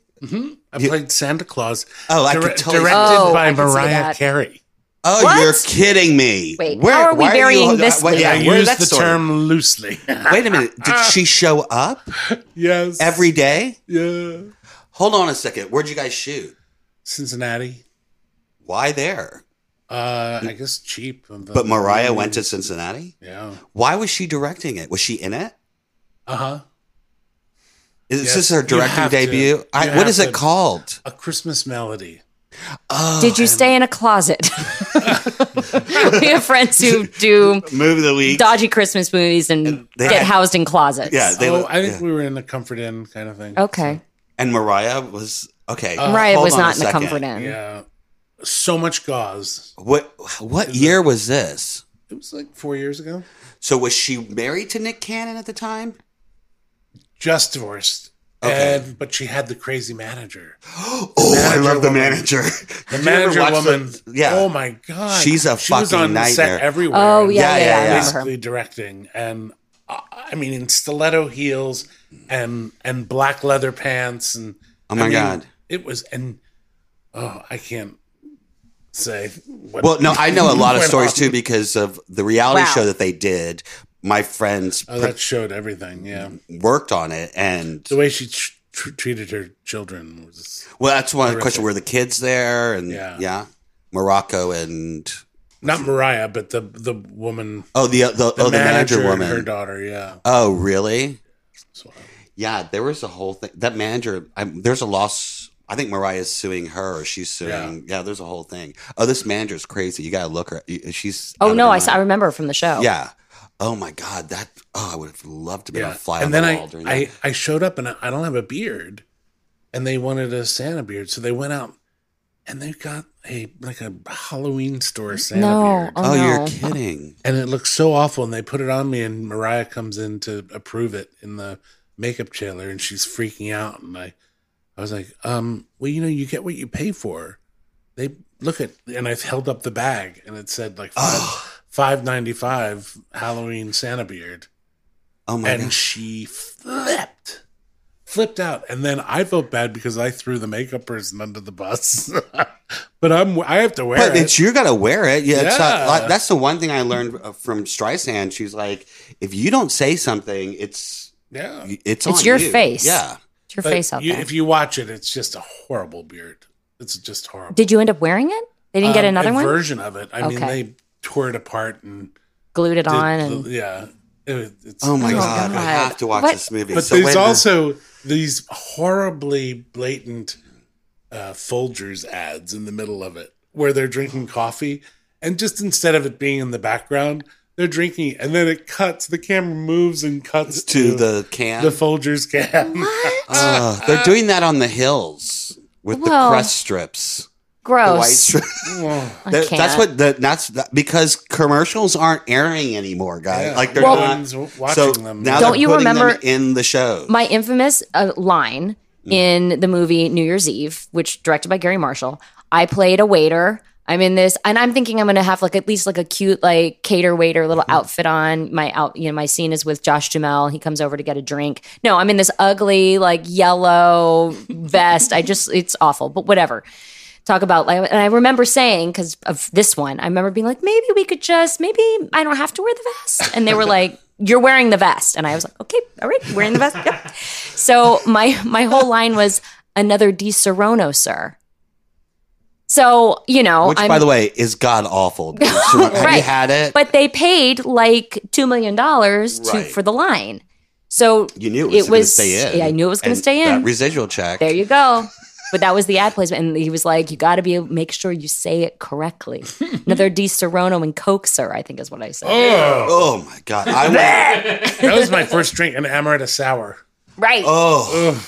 Speaker 6: I played Santa Claus.
Speaker 2: Oh, I
Speaker 6: dir-
Speaker 2: could totally.
Speaker 6: directed
Speaker 1: Oh,
Speaker 6: by
Speaker 1: I can see
Speaker 6: Mariah
Speaker 1: that.
Speaker 6: Carey.
Speaker 2: oh,
Speaker 1: What?
Speaker 2: you're kidding me.
Speaker 1: Wait, how are we
Speaker 2: why you-
Speaker 1: burying this
Speaker 2: why-
Speaker 1: lead?
Speaker 2: yeah,
Speaker 6: I
Speaker 2: where
Speaker 6: use
Speaker 2: that
Speaker 6: the
Speaker 2: story?
Speaker 6: term loosely. [laughs]
Speaker 2: Wait a minute. Did she show up
Speaker 6: yes,
Speaker 2: every day?
Speaker 6: yeah.
Speaker 2: Hold on a second. Where'd you guys shoot?
Speaker 6: Cincinnati.
Speaker 2: Why there?
Speaker 6: Uh, I guess cheap. The-
Speaker 2: But Mariah
Speaker 6: mm.
Speaker 2: went to Cincinnati.
Speaker 6: Yeah.
Speaker 2: Why was she directing it? Was she in it?
Speaker 6: Uh huh.
Speaker 2: Is
Speaker 6: Yes,
Speaker 2: this her
Speaker 6: you
Speaker 2: directing
Speaker 6: have to.
Speaker 2: debut?
Speaker 6: You
Speaker 2: I, what
Speaker 6: have
Speaker 2: is
Speaker 6: to.
Speaker 2: it called?
Speaker 6: A Christmas Melody.
Speaker 2: Oh,
Speaker 1: Did you stay in a closet? [laughs] we have friends who do
Speaker 2: Movie of the week.
Speaker 1: dodgy Christmas movies and
Speaker 2: They-
Speaker 1: get housed in closets.
Speaker 2: yeah, they,
Speaker 6: oh, I think
Speaker 2: yeah.
Speaker 6: we were in the Comfort Inn kind of thing.
Speaker 1: Okay.
Speaker 2: and Mariah was okay.
Speaker 6: Uh,
Speaker 1: Mariah
Speaker 2: Uh, hold
Speaker 1: was
Speaker 2: on
Speaker 1: not
Speaker 2: a
Speaker 1: in the
Speaker 2: second.
Speaker 1: comfort inn.
Speaker 6: Yeah. So much gauze.
Speaker 2: What what year was this?
Speaker 6: It was like four years ago.
Speaker 2: So was she married to Nick Cannon at the time?
Speaker 6: Just divorced.
Speaker 2: Okay.
Speaker 6: And but she had the crazy manager.
Speaker 2: Oh,
Speaker 6: manager woman. The
Speaker 2: Did you ever
Speaker 6: manager
Speaker 2: watch the-
Speaker 6: woman.
Speaker 2: yeah.
Speaker 6: Oh my god.
Speaker 2: She's a
Speaker 6: she was
Speaker 2: fucking
Speaker 6: on
Speaker 2: nightmare.
Speaker 6: set everywhere.
Speaker 1: Oh yeah,
Speaker 2: Yeah,
Speaker 1: yeah, yeah.
Speaker 2: yeah,
Speaker 1: I
Speaker 2: yeah.
Speaker 1: remember her.
Speaker 6: Basically directing and uh, I mean in stiletto heels and and black leather pants and
Speaker 2: Oh my
Speaker 6: I mean,
Speaker 2: God.
Speaker 6: It was and oh I can't say
Speaker 2: [laughs]
Speaker 6: what
Speaker 2: Well, no, I know a lot of
Speaker 6: [laughs] went
Speaker 2: stories
Speaker 6: on.
Speaker 2: too because of the reality
Speaker 1: Wow.
Speaker 2: show that they did. My friends
Speaker 6: Oh,
Speaker 2: pr-
Speaker 6: that showed everything. Yeah,
Speaker 2: worked on it, and
Speaker 6: the way she tr- tr- treated her children was
Speaker 2: well, that's one
Speaker 6: Horrific.
Speaker 2: question. Were the kids there? And yeah,
Speaker 6: Yeah.
Speaker 2: Morocco and
Speaker 6: not Mariah, but the the woman,
Speaker 2: oh the, the,
Speaker 6: the
Speaker 2: oh the manager,
Speaker 6: and
Speaker 2: woman.
Speaker 6: her daughter. Yeah,
Speaker 2: Oh, really?
Speaker 6: So,
Speaker 2: Yeah, there was a whole thing. That manager, I, there's a loss. I think Mariah's suing her, or she's suing. Yeah, there's a whole thing. Oh, this manager's crazy. You gotta look her. you- She's. out
Speaker 1: Oh
Speaker 2: of
Speaker 1: no,
Speaker 2: her
Speaker 1: I saw, I
Speaker 2: mind.
Speaker 1: remember her from the show.
Speaker 2: Yeah. Oh my god, that. Oh, I would have loved to be on a fly
Speaker 6: and
Speaker 2: on
Speaker 6: then
Speaker 2: the
Speaker 6: I,
Speaker 2: wall during that.
Speaker 6: I, I showed up and I, I don't have a beard, and they wanted a Santa beard, so they went out and they got a like a Halloween store Santa
Speaker 1: No.
Speaker 6: beard,
Speaker 1: Oh,
Speaker 2: oh,
Speaker 1: no.
Speaker 2: you're kidding.
Speaker 6: and it looked so awful. And they put it on me, and Mariah comes in to approve it in the makeup trailer, and she's freaking out, and I, I was like, um, well, you know, you get what you pay for. They look at, and I held up the bag, and it said like five five ninety five Halloween Santa beard
Speaker 2: Oh my
Speaker 6: and
Speaker 2: god.
Speaker 6: she flipped flipped out and then i felt bad because i threw the makeup person under the bus [laughs] but i'm i have to wear
Speaker 2: But
Speaker 6: it
Speaker 2: it's you gotta wear it. Yeah, It's not,
Speaker 6: Yeah.
Speaker 2: like, that's the one thing I learned uh, from Streisand. She's like, if you don't say something, it's
Speaker 6: yeah
Speaker 1: It's
Speaker 2: it's on
Speaker 1: your
Speaker 2: you.
Speaker 1: face.
Speaker 2: Yeah.
Speaker 1: It's your
Speaker 6: But
Speaker 1: face out
Speaker 6: you-
Speaker 1: there.
Speaker 6: if you watch it it's just a horrible beard it's just horrible
Speaker 1: Did you end up wearing it? They didn't get
Speaker 6: Um,
Speaker 1: another
Speaker 6: a
Speaker 1: one.
Speaker 6: version of it i mean
Speaker 1: Okay.
Speaker 6: they tore it apart and
Speaker 1: Glued it
Speaker 6: did
Speaker 1: on
Speaker 6: the-
Speaker 1: and
Speaker 6: yeah It was- it's
Speaker 2: Oh my
Speaker 1: Oh,
Speaker 2: god,
Speaker 1: God.
Speaker 2: I have to watch
Speaker 1: What?
Speaker 2: this movie.
Speaker 6: but
Speaker 2: So
Speaker 6: there's
Speaker 2: when-
Speaker 6: also these horribly blatant uh, Folgers ads in the middle of it where they're drinking coffee and just instead of it being in the background, they're drinking and then it cuts. The camera moves and cuts to,
Speaker 2: to the can.
Speaker 6: the Folgers can.
Speaker 2: Uh, they're doing that on the hills with
Speaker 1: Ah. Well,
Speaker 2: the crust strips. The white
Speaker 1: gross.
Speaker 2: strip.
Speaker 1: I
Speaker 2: That- that's
Speaker 1: can't.
Speaker 2: what the, that's that, because commercials aren't airing anymore, guys.
Speaker 6: Yeah.
Speaker 2: Like they're
Speaker 6: No
Speaker 1: Well-
Speaker 2: not
Speaker 6: one's w- watching
Speaker 2: so
Speaker 6: them.
Speaker 2: Now
Speaker 1: Don't
Speaker 2: they're
Speaker 1: you
Speaker 2: putting them
Speaker 1: remember-
Speaker 2: in the show?
Speaker 1: my infamous uh, line
Speaker 6: Mm.
Speaker 1: in the movie New Year's Eve, which directed by Gary Marshall. I played a waiter. I'm in this, and I'm thinking I'm going to have like at least like a cute like cater waiter
Speaker 6: Mm-hmm.
Speaker 1: little outfit on. My out, you know, my scene is with Josh Jamel. He comes over to get a drink. No, I'm in this ugly like yellow vest. I just it's awful, but whatever. Talk about like, and I remember saying because of this one, I remember being like, maybe we could just maybe I don't have to wear the vest, and they were like, you're wearing the vest, and I was like, okay, all right, wearing the vest. Yep. So my my whole line was another Di Serono, sir. So you know,
Speaker 2: Which,
Speaker 1: I'm,
Speaker 2: by the way, is god
Speaker 1: [laughs]
Speaker 2: awful. Have you
Speaker 1: Right.
Speaker 2: had it?
Speaker 1: but they paid like two million dollars
Speaker 2: Right.
Speaker 1: for the line. So
Speaker 2: you knew it was,
Speaker 1: it
Speaker 2: going to
Speaker 1: was-
Speaker 2: stay in.
Speaker 1: yeah, I knew it was gonna
Speaker 2: And
Speaker 1: stay in.
Speaker 2: That residual check.
Speaker 1: there you go. But that was the ad placement, and he was like, "You got to be make sure you say it correctly."
Speaker 2: [laughs]
Speaker 1: Another Di Serono and Coke, sir. I think is what I said.
Speaker 2: oh my
Speaker 1: [laughs]
Speaker 2: god! I went,
Speaker 6: [laughs] that was my first drink, an amaretto sour.
Speaker 1: Right.
Speaker 2: oh.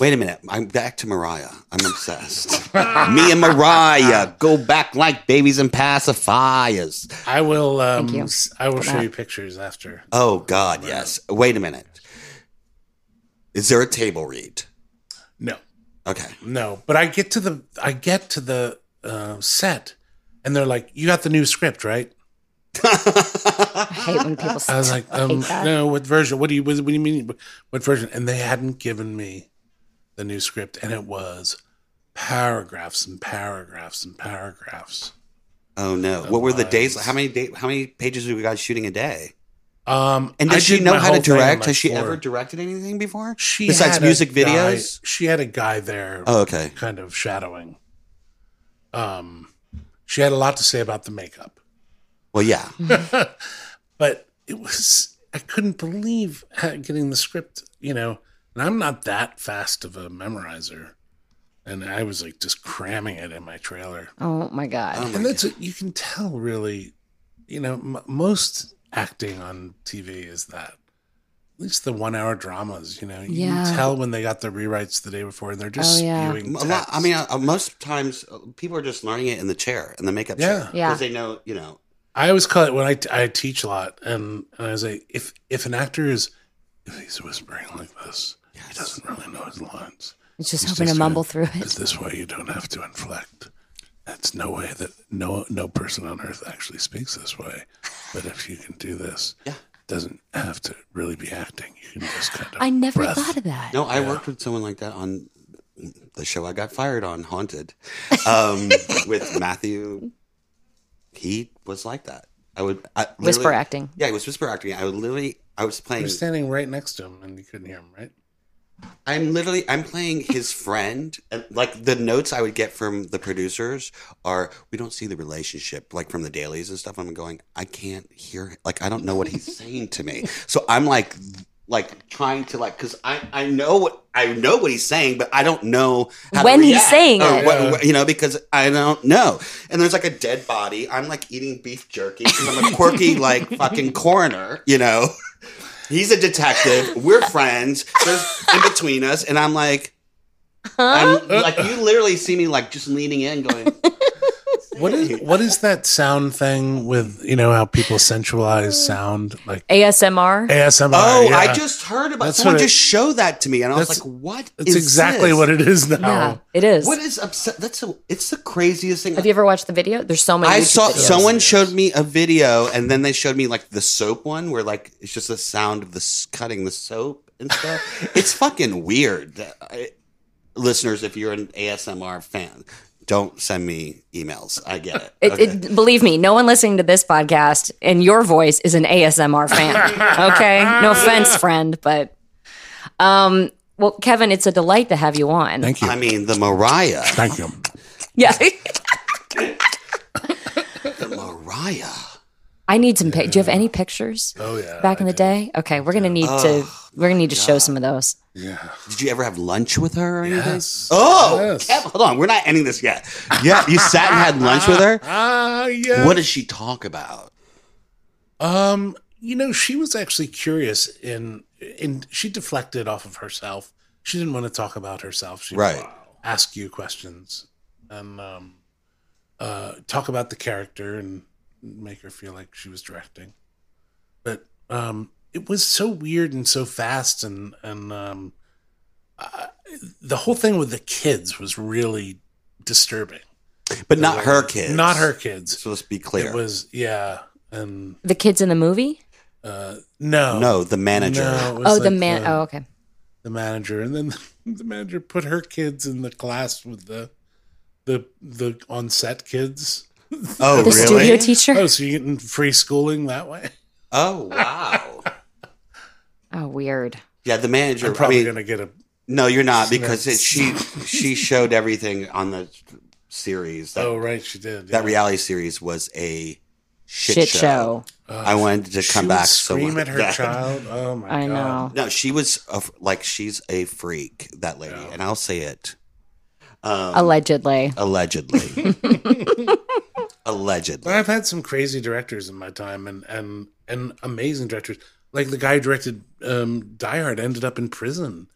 Speaker 2: Wait a minute. I'm back to Mariah. I'm obsessed. [laughs] Me and Mariah go back like babies and pacifiers.
Speaker 6: I will. Um,
Speaker 1: you
Speaker 6: s- I will
Speaker 1: for
Speaker 6: show
Speaker 1: that.
Speaker 6: you pictures after.
Speaker 2: Oh God, yes. Wait a minute. Is there a table read?
Speaker 6: No,
Speaker 2: Okay.
Speaker 6: no. But I get to the. I get to the uh, set, and they're like, "You got the new script, right?"
Speaker 1: [laughs] I hate when people say
Speaker 6: I was like, um, no, what version? What do you what, do you mean? What version? And they hadn't given me the new script, and it was paragraphs and paragraphs and paragraphs.
Speaker 2: Oh no. what were the days? How many day, How many pages were you guys shooting a day?
Speaker 6: Um,
Speaker 2: And
Speaker 6: I
Speaker 2: does she
Speaker 6: did
Speaker 2: know
Speaker 6: my
Speaker 2: how to
Speaker 6: whole thing in,
Speaker 2: direct?
Speaker 6: like,
Speaker 2: Has she
Speaker 6: four-
Speaker 2: ever directed anything before?
Speaker 6: She
Speaker 2: besides
Speaker 6: had a
Speaker 2: music
Speaker 6: guy-
Speaker 2: videos.
Speaker 6: she had a guy there,
Speaker 2: Oh, okay.
Speaker 6: kind of shadowing. Um, she had a lot to say about the makeup,
Speaker 2: Well, yeah. Oh,
Speaker 6: but it was I couldn't believe how- getting the script. You know, and I'm not that fast of a memorizer. And I was like just cramming it in my trailer.
Speaker 1: "Oh my god."
Speaker 2: Um,
Speaker 6: and that's what you can tell really you know m- most acting on tv is that at least the one hour dramas you know you
Speaker 1: Yeah.
Speaker 6: can tell when they got the rewrites the day before and they're just
Speaker 1: Oh, yeah.
Speaker 6: spewing
Speaker 2: A lot, I
Speaker 6: text.
Speaker 2: mean, uh, most times uh, people are just learning it in the chair, in the makeup chair,
Speaker 6: Yeah.
Speaker 1: Yeah.
Speaker 2: because they know, you know.
Speaker 6: i always call it when i, t- I teach a lot and, and i was like if if an actor is if he's whispering like this he doesn't really know his lines
Speaker 1: It's just
Speaker 6: He's
Speaker 1: hoping to
Speaker 6: just gonna-
Speaker 1: mumble through
Speaker 6: is
Speaker 1: it.
Speaker 6: this why you don't have to inflect that's no way that no no person on earth actually speaks this way but if you can do this
Speaker 2: Yeah.
Speaker 6: doesn't have to really be acting you can just kind of
Speaker 1: I never
Speaker 6: breath.
Speaker 1: thought of that.
Speaker 2: No, I worked with someone like that on the show I got fired on, Haunted, um, with Matthew. He was like that. I would I, literally-
Speaker 1: Whisper acting.
Speaker 2: Yeah, it was whisper acting. I would literally, I was playing.
Speaker 6: you're standing right next to him and you couldn't hear him right
Speaker 2: I'm literally, I'm playing his friend, and like the notes I would get from the producers are, we don't see the relationship, like from the dailies and stuff. I'm going, I can't hear, like I don't know what he's saying to me. So I'm like like trying to like because I I know what I know what he's saying, but I don't know how to
Speaker 1: When he's
Speaker 2: react
Speaker 1: saying
Speaker 2: or
Speaker 1: it.
Speaker 2: what-
Speaker 6: Yeah.
Speaker 2: what- you know, because I don't know. And there's like a dead body. I'm like eating beef jerky because I'm
Speaker 1: [laughs]
Speaker 2: a quirky like fucking coroner. You know, he's a detective. We're friends. There's in between us, and I'm like.
Speaker 1: [laughs]
Speaker 2: I'm like you literally see me like just leaning in, going,
Speaker 6: What is what is that sound thing with you know how people
Speaker 1: Uh.
Speaker 6: sensualize sound like
Speaker 1: ASMR.
Speaker 6: ASMR?
Speaker 2: "Oh, I
Speaker 6: Uh, yeah.
Speaker 2: just heard about
Speaker 6: That's
Speaker 2: someone
Speaker 6: what it-
Speaker 2: just showed that to me," and I was
Speaker 6: That's-
Speaker 2: like, "What?
Speaker 6: That's
Speaker 2: is
Speaker 6: exactly
Speaker 2: this?
Speaker 6: what it is now.
Speaker 1: Yeah, it is.
Speaker 2: What is upset? That's a, it's the craziest thing.
Speaker 1: Have you ever watched the video? There's so many.
Speaker 2: I
Speaker 1: YouTube
Speaker 2: saw
Speaker 1: videos.
Speaker 2: someone showed me a video, and then they showed me like the soap one, where like it's just the sound of the s- cutting the soap and
Speaker 6: [laughs]
Speaker 2: stuff. it's fucking weird. I, listeners, if you're an ASMR fan, don't send me emails. I get it.
Speaker 1: It,
Speaker 2: Okay.
Speaker 1: it, believe me, no one listening to this podcast and your voice is an ASMR
Speaker 6: [laughs]
Speaker 1: fan. Okay, no offense, friend, but um, well, Kevin, it's a delight to have you on.
Speaker 6: Thank you.
Speaker 2: I mean, the Mariah,
Speaker 6: Thank you.
Speaker 1: [laughs] yeah,
Speaker 2: the Mariah.
Speaker 1: I need some. pic Do you have any pictures?
Speaker 6: Oh yeah. Oh,
Speaker 1: Back in the day, okay, we're gonna need to we're gonna need to show some of those.
Speaker 6: Yeah.
Speaker 2: Did you ever have lunch with her or anything?
Speaker 6: Yes.
Speaker 2: Oh,
Speaker 6: Yes.
Speaker 2: Kev, hold on. We're not ending this yet. Yeah, you sat and had lunch with her.
Speaker 6: Ah yeah.
Speaker 2: What does she talk about?
Speaker 6: Um, you know, she was actually curious in in she deflected off of herself. She didn't want to talk about herself. She would
Speaker 2: Right.
Speaker 6: ask you questions and um uh talk about the character and make her feel like she was directing. But um it was so weird and so fast and and um uh, the whole thing with the kids was really disturbing.
Speaker 2: But not her kids.
Speaker 6: Not her kids.
Speaker 2: So let's be
Speaker 6: It
Speaker 2: clear.
Speaker 6: was yeah, and
Speaker 1: The kids in the movie.
Speaker 6: uh no.
Speaker 2: no, the manager.
Speaker 6: No, it was
Speaker 1: Oh, the
Speaker 6: like
Speaker 1: man.
Speaker 6: The,
Speaker 1: oh, okay.
Speaker 6: the manager, and then [laughs] the manager put her kids in the class with the the the on set kids.
Speaker 2: Oh,
Speaker 1: The
Speaker 2: really?
Speaker 1: studio teacher.
Speaker 6: Oh, so you're getting free schooling that way?
Speaker 2: Oh, wow.
Speaker 1: Oh, weird.
Speaker 2: yeah, the manager.
Speaker 6: You're
Speaker 2: I
Speaker 6: probably
Speaker 2: mean,
Speaker 6: gonna get a.
Speaker 2: no, you're not because it, she she showed everything on the series. That,
Speaker 6: Oh, right, she did.
Speaker 2: that
Speaker 6: yeah.
Speaker 2: reality series was a shit,
Speaker 1: Shit
Speaker 2: show.
Speaker 1: show.
Speaker 6: Ugh.
Speaker 2: I wanted to
Speaker 6: Uh, She
Speaker 2: come
Speaker 6: would
Speaker 2: back.
Speaker 6: Scream
Speaker 2: so
Speaker 6: at her
Speaker 2: Yeah.
Speaker 6: child. Oh my
Speaker 1: I
Speaker 6: god.
Speaker 1: know.
Speaker 2: No, she was a, like she's a freak. That lady,
Speaker 6: Yeah.
Speaker 2: and I'll say it. Um,
Speaker 6: [laughs]
Speaker 1: Allegedly.
Speaker 2: allegedly. allegedly.
Speaker 6: But I've had some crazy directors in my time, and and and amazing directors. Like the guy who directed um, Die Hard ended up in prison.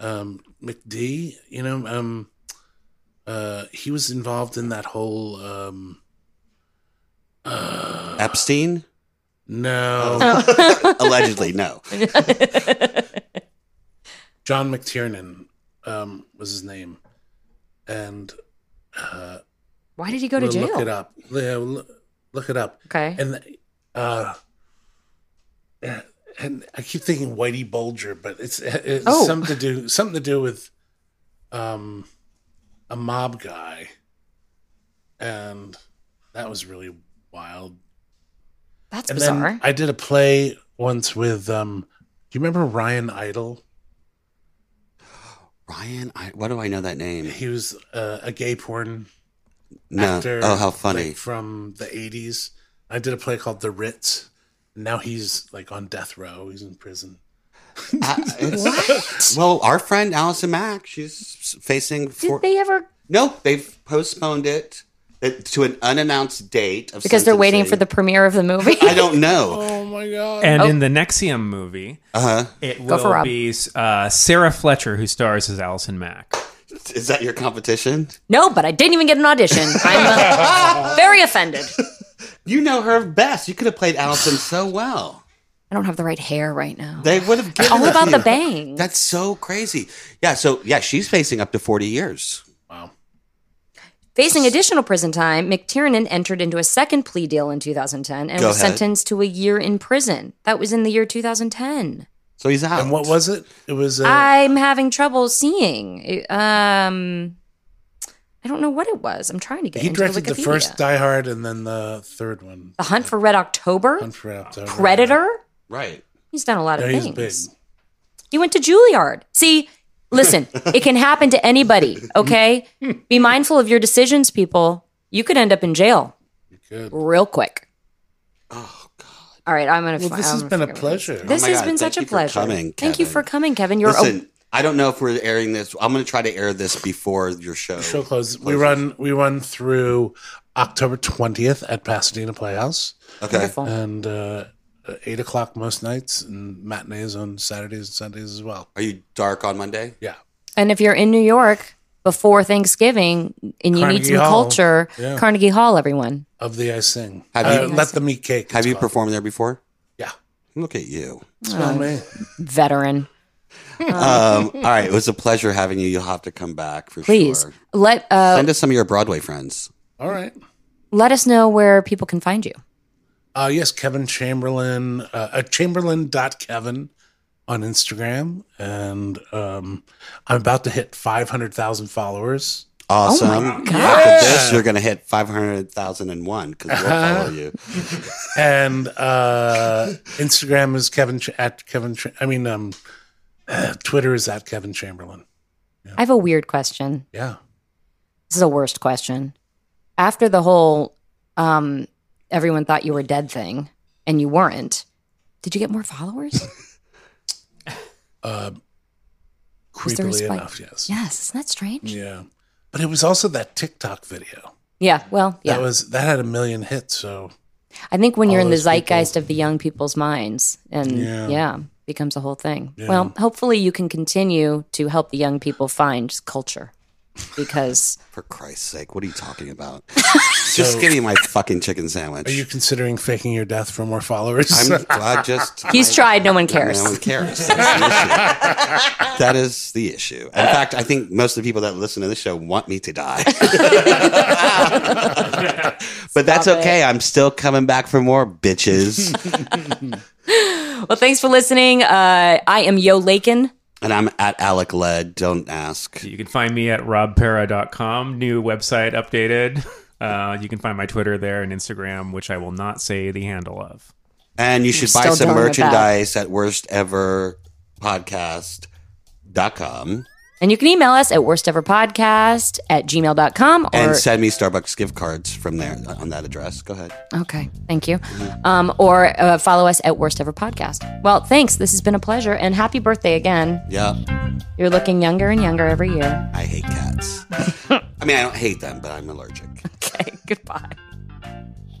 Speaker 6: Um, McD, you know, um, uh, he was involved in that whole. Um, uh,
Speaker 2: Epstein?
Speaker 6: no,
Speaker 1: Oh,
Speaker 2: allegedly, no.
Speaker 6: John McTiernan um, was his name, and uh,
Speaker 1: Why did he go to
Speaker 6: we'll Look it
Speaker 1: jail?
Speaker 6: up. Yeah, we'll Look it up.
Speaker 1: Okay.
Speaker 6: and uh and I keep thinking Whitey Bulger, but it's, it's
Speaker 1: Oh.
Speaker 6: something to do something to do with um a mob guy, and that was really wild.
Speaker 1: That's
Speaker 6: and
Speaker 1: bizarre.
Speaker 6: then I did a play once with um. Do you remember Ryan Idle?
Speaker 2: Ryan, I, why do I know that name?
Speaker 6: He was uh, a gay porn
Speaker 2: No.
Speaker 6: actor.
Speaker 2: oh, how
Speaker 6: like,
Speaker 2: funny.
Speaker 6: from the '80s. I did a play called The Ritz. And now he's like on death row. He's in prison.
Speaker 2: I- Uh,
Speaker 6: [laughs]
Speaker 2: it's- Well, our friend Allison Mack, she's facing.
Speaker 1: did
Speaker 2: Four,
Speaker 1: they ever?
Speaker 2: no, they've postponed it it- to an unannounced date of
Speaker 1: Because they're waiting for
Speaker 2: sentencing.
Speaker 1: the premiere of the movie.
Speaker 2: I don't know.
Speaker 6: Oh my god!
Speaker 5: And in the Nexium movie,
Speaker 2: Uh huh.
Speaker 5: it
Speaker 1: Go for
Speaker 5: will
Speaker 1: Rob.
Speaker 5: be uh, Sarah Fletcher who stars as Allison Mack.
Speaker 2: Is that your competition?
Speaker 1: [laughs] No, but I didn't even get an audition. I'm uh, very offended.
Speaker 2: You know her best. You could have played Allison so well.
Speaker 1: I don't have the right hair right now.
Speaker 2: They would have given
Speaker 1: All
Speaker 2: it
Speaker 1: about
Speaker 2: to
Speaker 1: the
Speaker 2: you.
Speaker 1: bang.
Speaker 2: That's so crazy. Yeah. So yeah, she's facing up to forty years.
Speaker 6: Wow.
Speaker 1: Facing additional prison time, McTiernan entered into a second plea deal in 2010 and
Speaker 2: Go
Speaker 1: was
Speaker 2: ahead.
Speaker 1: sentenced to a year in prison. That was in the year 2010.
Speaker 2: So he's out.
Speaker 6: And what was it? It was. Uh,
Speaker 1: I'm having trouble seeing. It- Um, I don't know what it was. I'm trying to get
Speaker 6: he
Speaker 1: into
Speaker 6: directed
Speaker 1: the,
Speaker 6: the,
Speaker 1: Wikipedia.
Speaker 6: first Die Hard and then the third one.
Speaker 1: The Hunt for Red October,
Speaker 6: Hunt for Red October.
Speaker 1: Predator.
Speaker 2: Right.
Speaker 1: He's done a lot
Speaker 6: No,
Speaker 1: of
Speaker 6: he's
Speaker 1: things.
Speaker 6: big.
Speaker 1: He went to Juilliard. See,
Speaker 2: [laughs]
Speaker 1: listen, it can happen to anybody, okay? Be mindful of your decisions, people. You could end up in jail
Speaker 6: Good.
Speaker 1: real quick.
Speaker 2: Oh God. Oh
Speaker 1: All right, I'm gonna.
Speaker 7: Well,
Speaker 1: fi-
Speaker 7: this
Speaker 1: I'm
Speaker 7: has
Speaker 1: gonna
Speaker 7: been a
Speaker 1: figure it out.
Speaker 7: pleasure.
Speaker 1: This
Speaker 2: my
Speaker 1: has
Speaker 2: God,
Speaker 1: been
Speaker 2: thank
Speaker 1: such a
Speaker 2: you for
Speaker 1: pleasure.
Speaker 2: coming,
Speaker 1: Thank you
Speaker 2: Kevin.
Speaker 1: for coming, Kevin. You're
Speaker 2: Listen, I don't know if we're airing this. I'm going to try to air this before your show.
Speaker 6: Show closes. We run we run through October twentieth at Pasadena Playhouse,
Speaker 1: oh,
Speaker 2: Okay.
Speaker 1: wonderful.
Speaker 6: and uh, eight o'clock most nights, and matinees on Saturdays and Sundays as well.
Speaker 2: Are you dark on Monday?
Speaker 6: Yeah,
Speaker 1: And if you're in New York before Thanksgiving and you need
Speaker 6: Carnegie
Speaker 1: some
Speaker 6: Hall.
Speaker 1: culture,
Speaker 6: Yeah.
Speaker 1: Carnegie Hall, everyone.
Speaker 6: of the I sing.
Speaker 2: Have
Speaker 6: Uh,
Speaker 2: you-
Speaker 6: let them eat cake?
Speaker 2: Have
Speaker 6: it's
Speaker 2: you
Speaker 6: called.
Speaker 2: performed there before?
Speaker 6: Yeah,
Speaker 2: Look at you.
Speaker 6: it's not me.
Speaker 1: Veteran. Oh. [laughs]
Speaker 2: Um, all right. It was a pleasure having you. You'll have to come back for
Speaker 1: Please
Speaker 2: sure.
Speaker 1: let uh,
Speaker 2: Send us some of your Broadway friends.
Speaker 6: All right.
Speaker 1: let us know where people can find you.
Speaker 6: Uh, yes, Kevin Chamberlain, uh, uh, chamberlain.kevin on Instagram. And um, I'm about to hit 500,000 followers.
Speaker 2: Awesome.
Speaker 1: Oh
Speaker 2: After this, you're going to hit 500,001 because we'll
Speaker 6: Uh-huh.
Speaker 2: follow you.
Speaker 6: And uh, Instagram is Kevin Ch- at Kevin. Ch- I mean, um, uh, Twitter is at Kevin Chamberlain.
Speaker 1: I have a weird question.
Speaker 6: Yeah.
Speaker 1: This is a worst question. After the whole um, everyone thought you were dead thing and you weren't, did you get more
Speaker 6: [laughs]
Speaker 1: followers?
Speaker 6: Uh,
Speaker 1: Was there a
Speaker 6: creepily
Speaker 1: spike?
Speaker 6: enough, yes.
Speaker 1: yes. Isn't that strange?
Speaker 6: Yeah. But it was also that TikTok video.
Speaker 1: Yeah. Well, yeah.
Speaker 6: That was that had a million hits, so
Speaker 1: I think when you're
Speaker 6: all
Speaker 1: in the
Speaker 6: those people.
Speaker 1: zeitgeist of the young people's minds, and yeah,
Speaker 6: Yeah.
Speaker 1: becomes a whole thing.
Speaker 6: Yeah.
Speaker 1: Well, hopefully you can continue to help the young people find culture, because
Speaker 6: [laughs]
Speaker 2: For Christ's sake, what are you talking about? just give me my fucking chicken sandwich.
Speaker 6: are you considering faking your death for more followers? [laughs]
Speaker 2: I'm I just.
Speaker 1: he's tried. No one cares.
Speaker 2: No one cares. That's the issue. that is the issue. In fact, I think most of the people that listen to this show want me
Speaker 1: [laughs]
Speaker 2: to die. but that's
Speaker 1: Stop it.
Speaker 2: okay. I'm still coming back for more bitches.
Speaker 1: Well, thanks for listening. Uh, I am Yo Lakin.
Speaker 2: and I'm at Alec Led. Don't ask.
Speaker 5: You can find me at robpera.com, new website updated. Uh, you can find my Twitter there and Instagram, which I will not say the handle of.
Speaker 2: And you should
Speaker 1: We're
Speaker 2: buy
Speaker 1: still
Speaker 2: some
Speaker 1: doing it
Speaker 2: merchandise at worsteverpodcast.com.
Speaker 1: And you can email us at worsteverpodcast at gmail.com. Or,
Speaker 2: And send me Starbucks gift cards from there on that address. Go ahead.
Speaker 1: okay, thank you. Um, or uh, follow us at Worst Ever Podcast. Well, thanks. This has been a pleasure. And happy birthday again.
Speaker 2: Yeah.
Speaker 1: You're looking younger and younger every year. [laughs]
Speaker 2: I hate cats. I mean, I don't hate them, but I'm allergic.
Speaker 1: Okay, goodbye.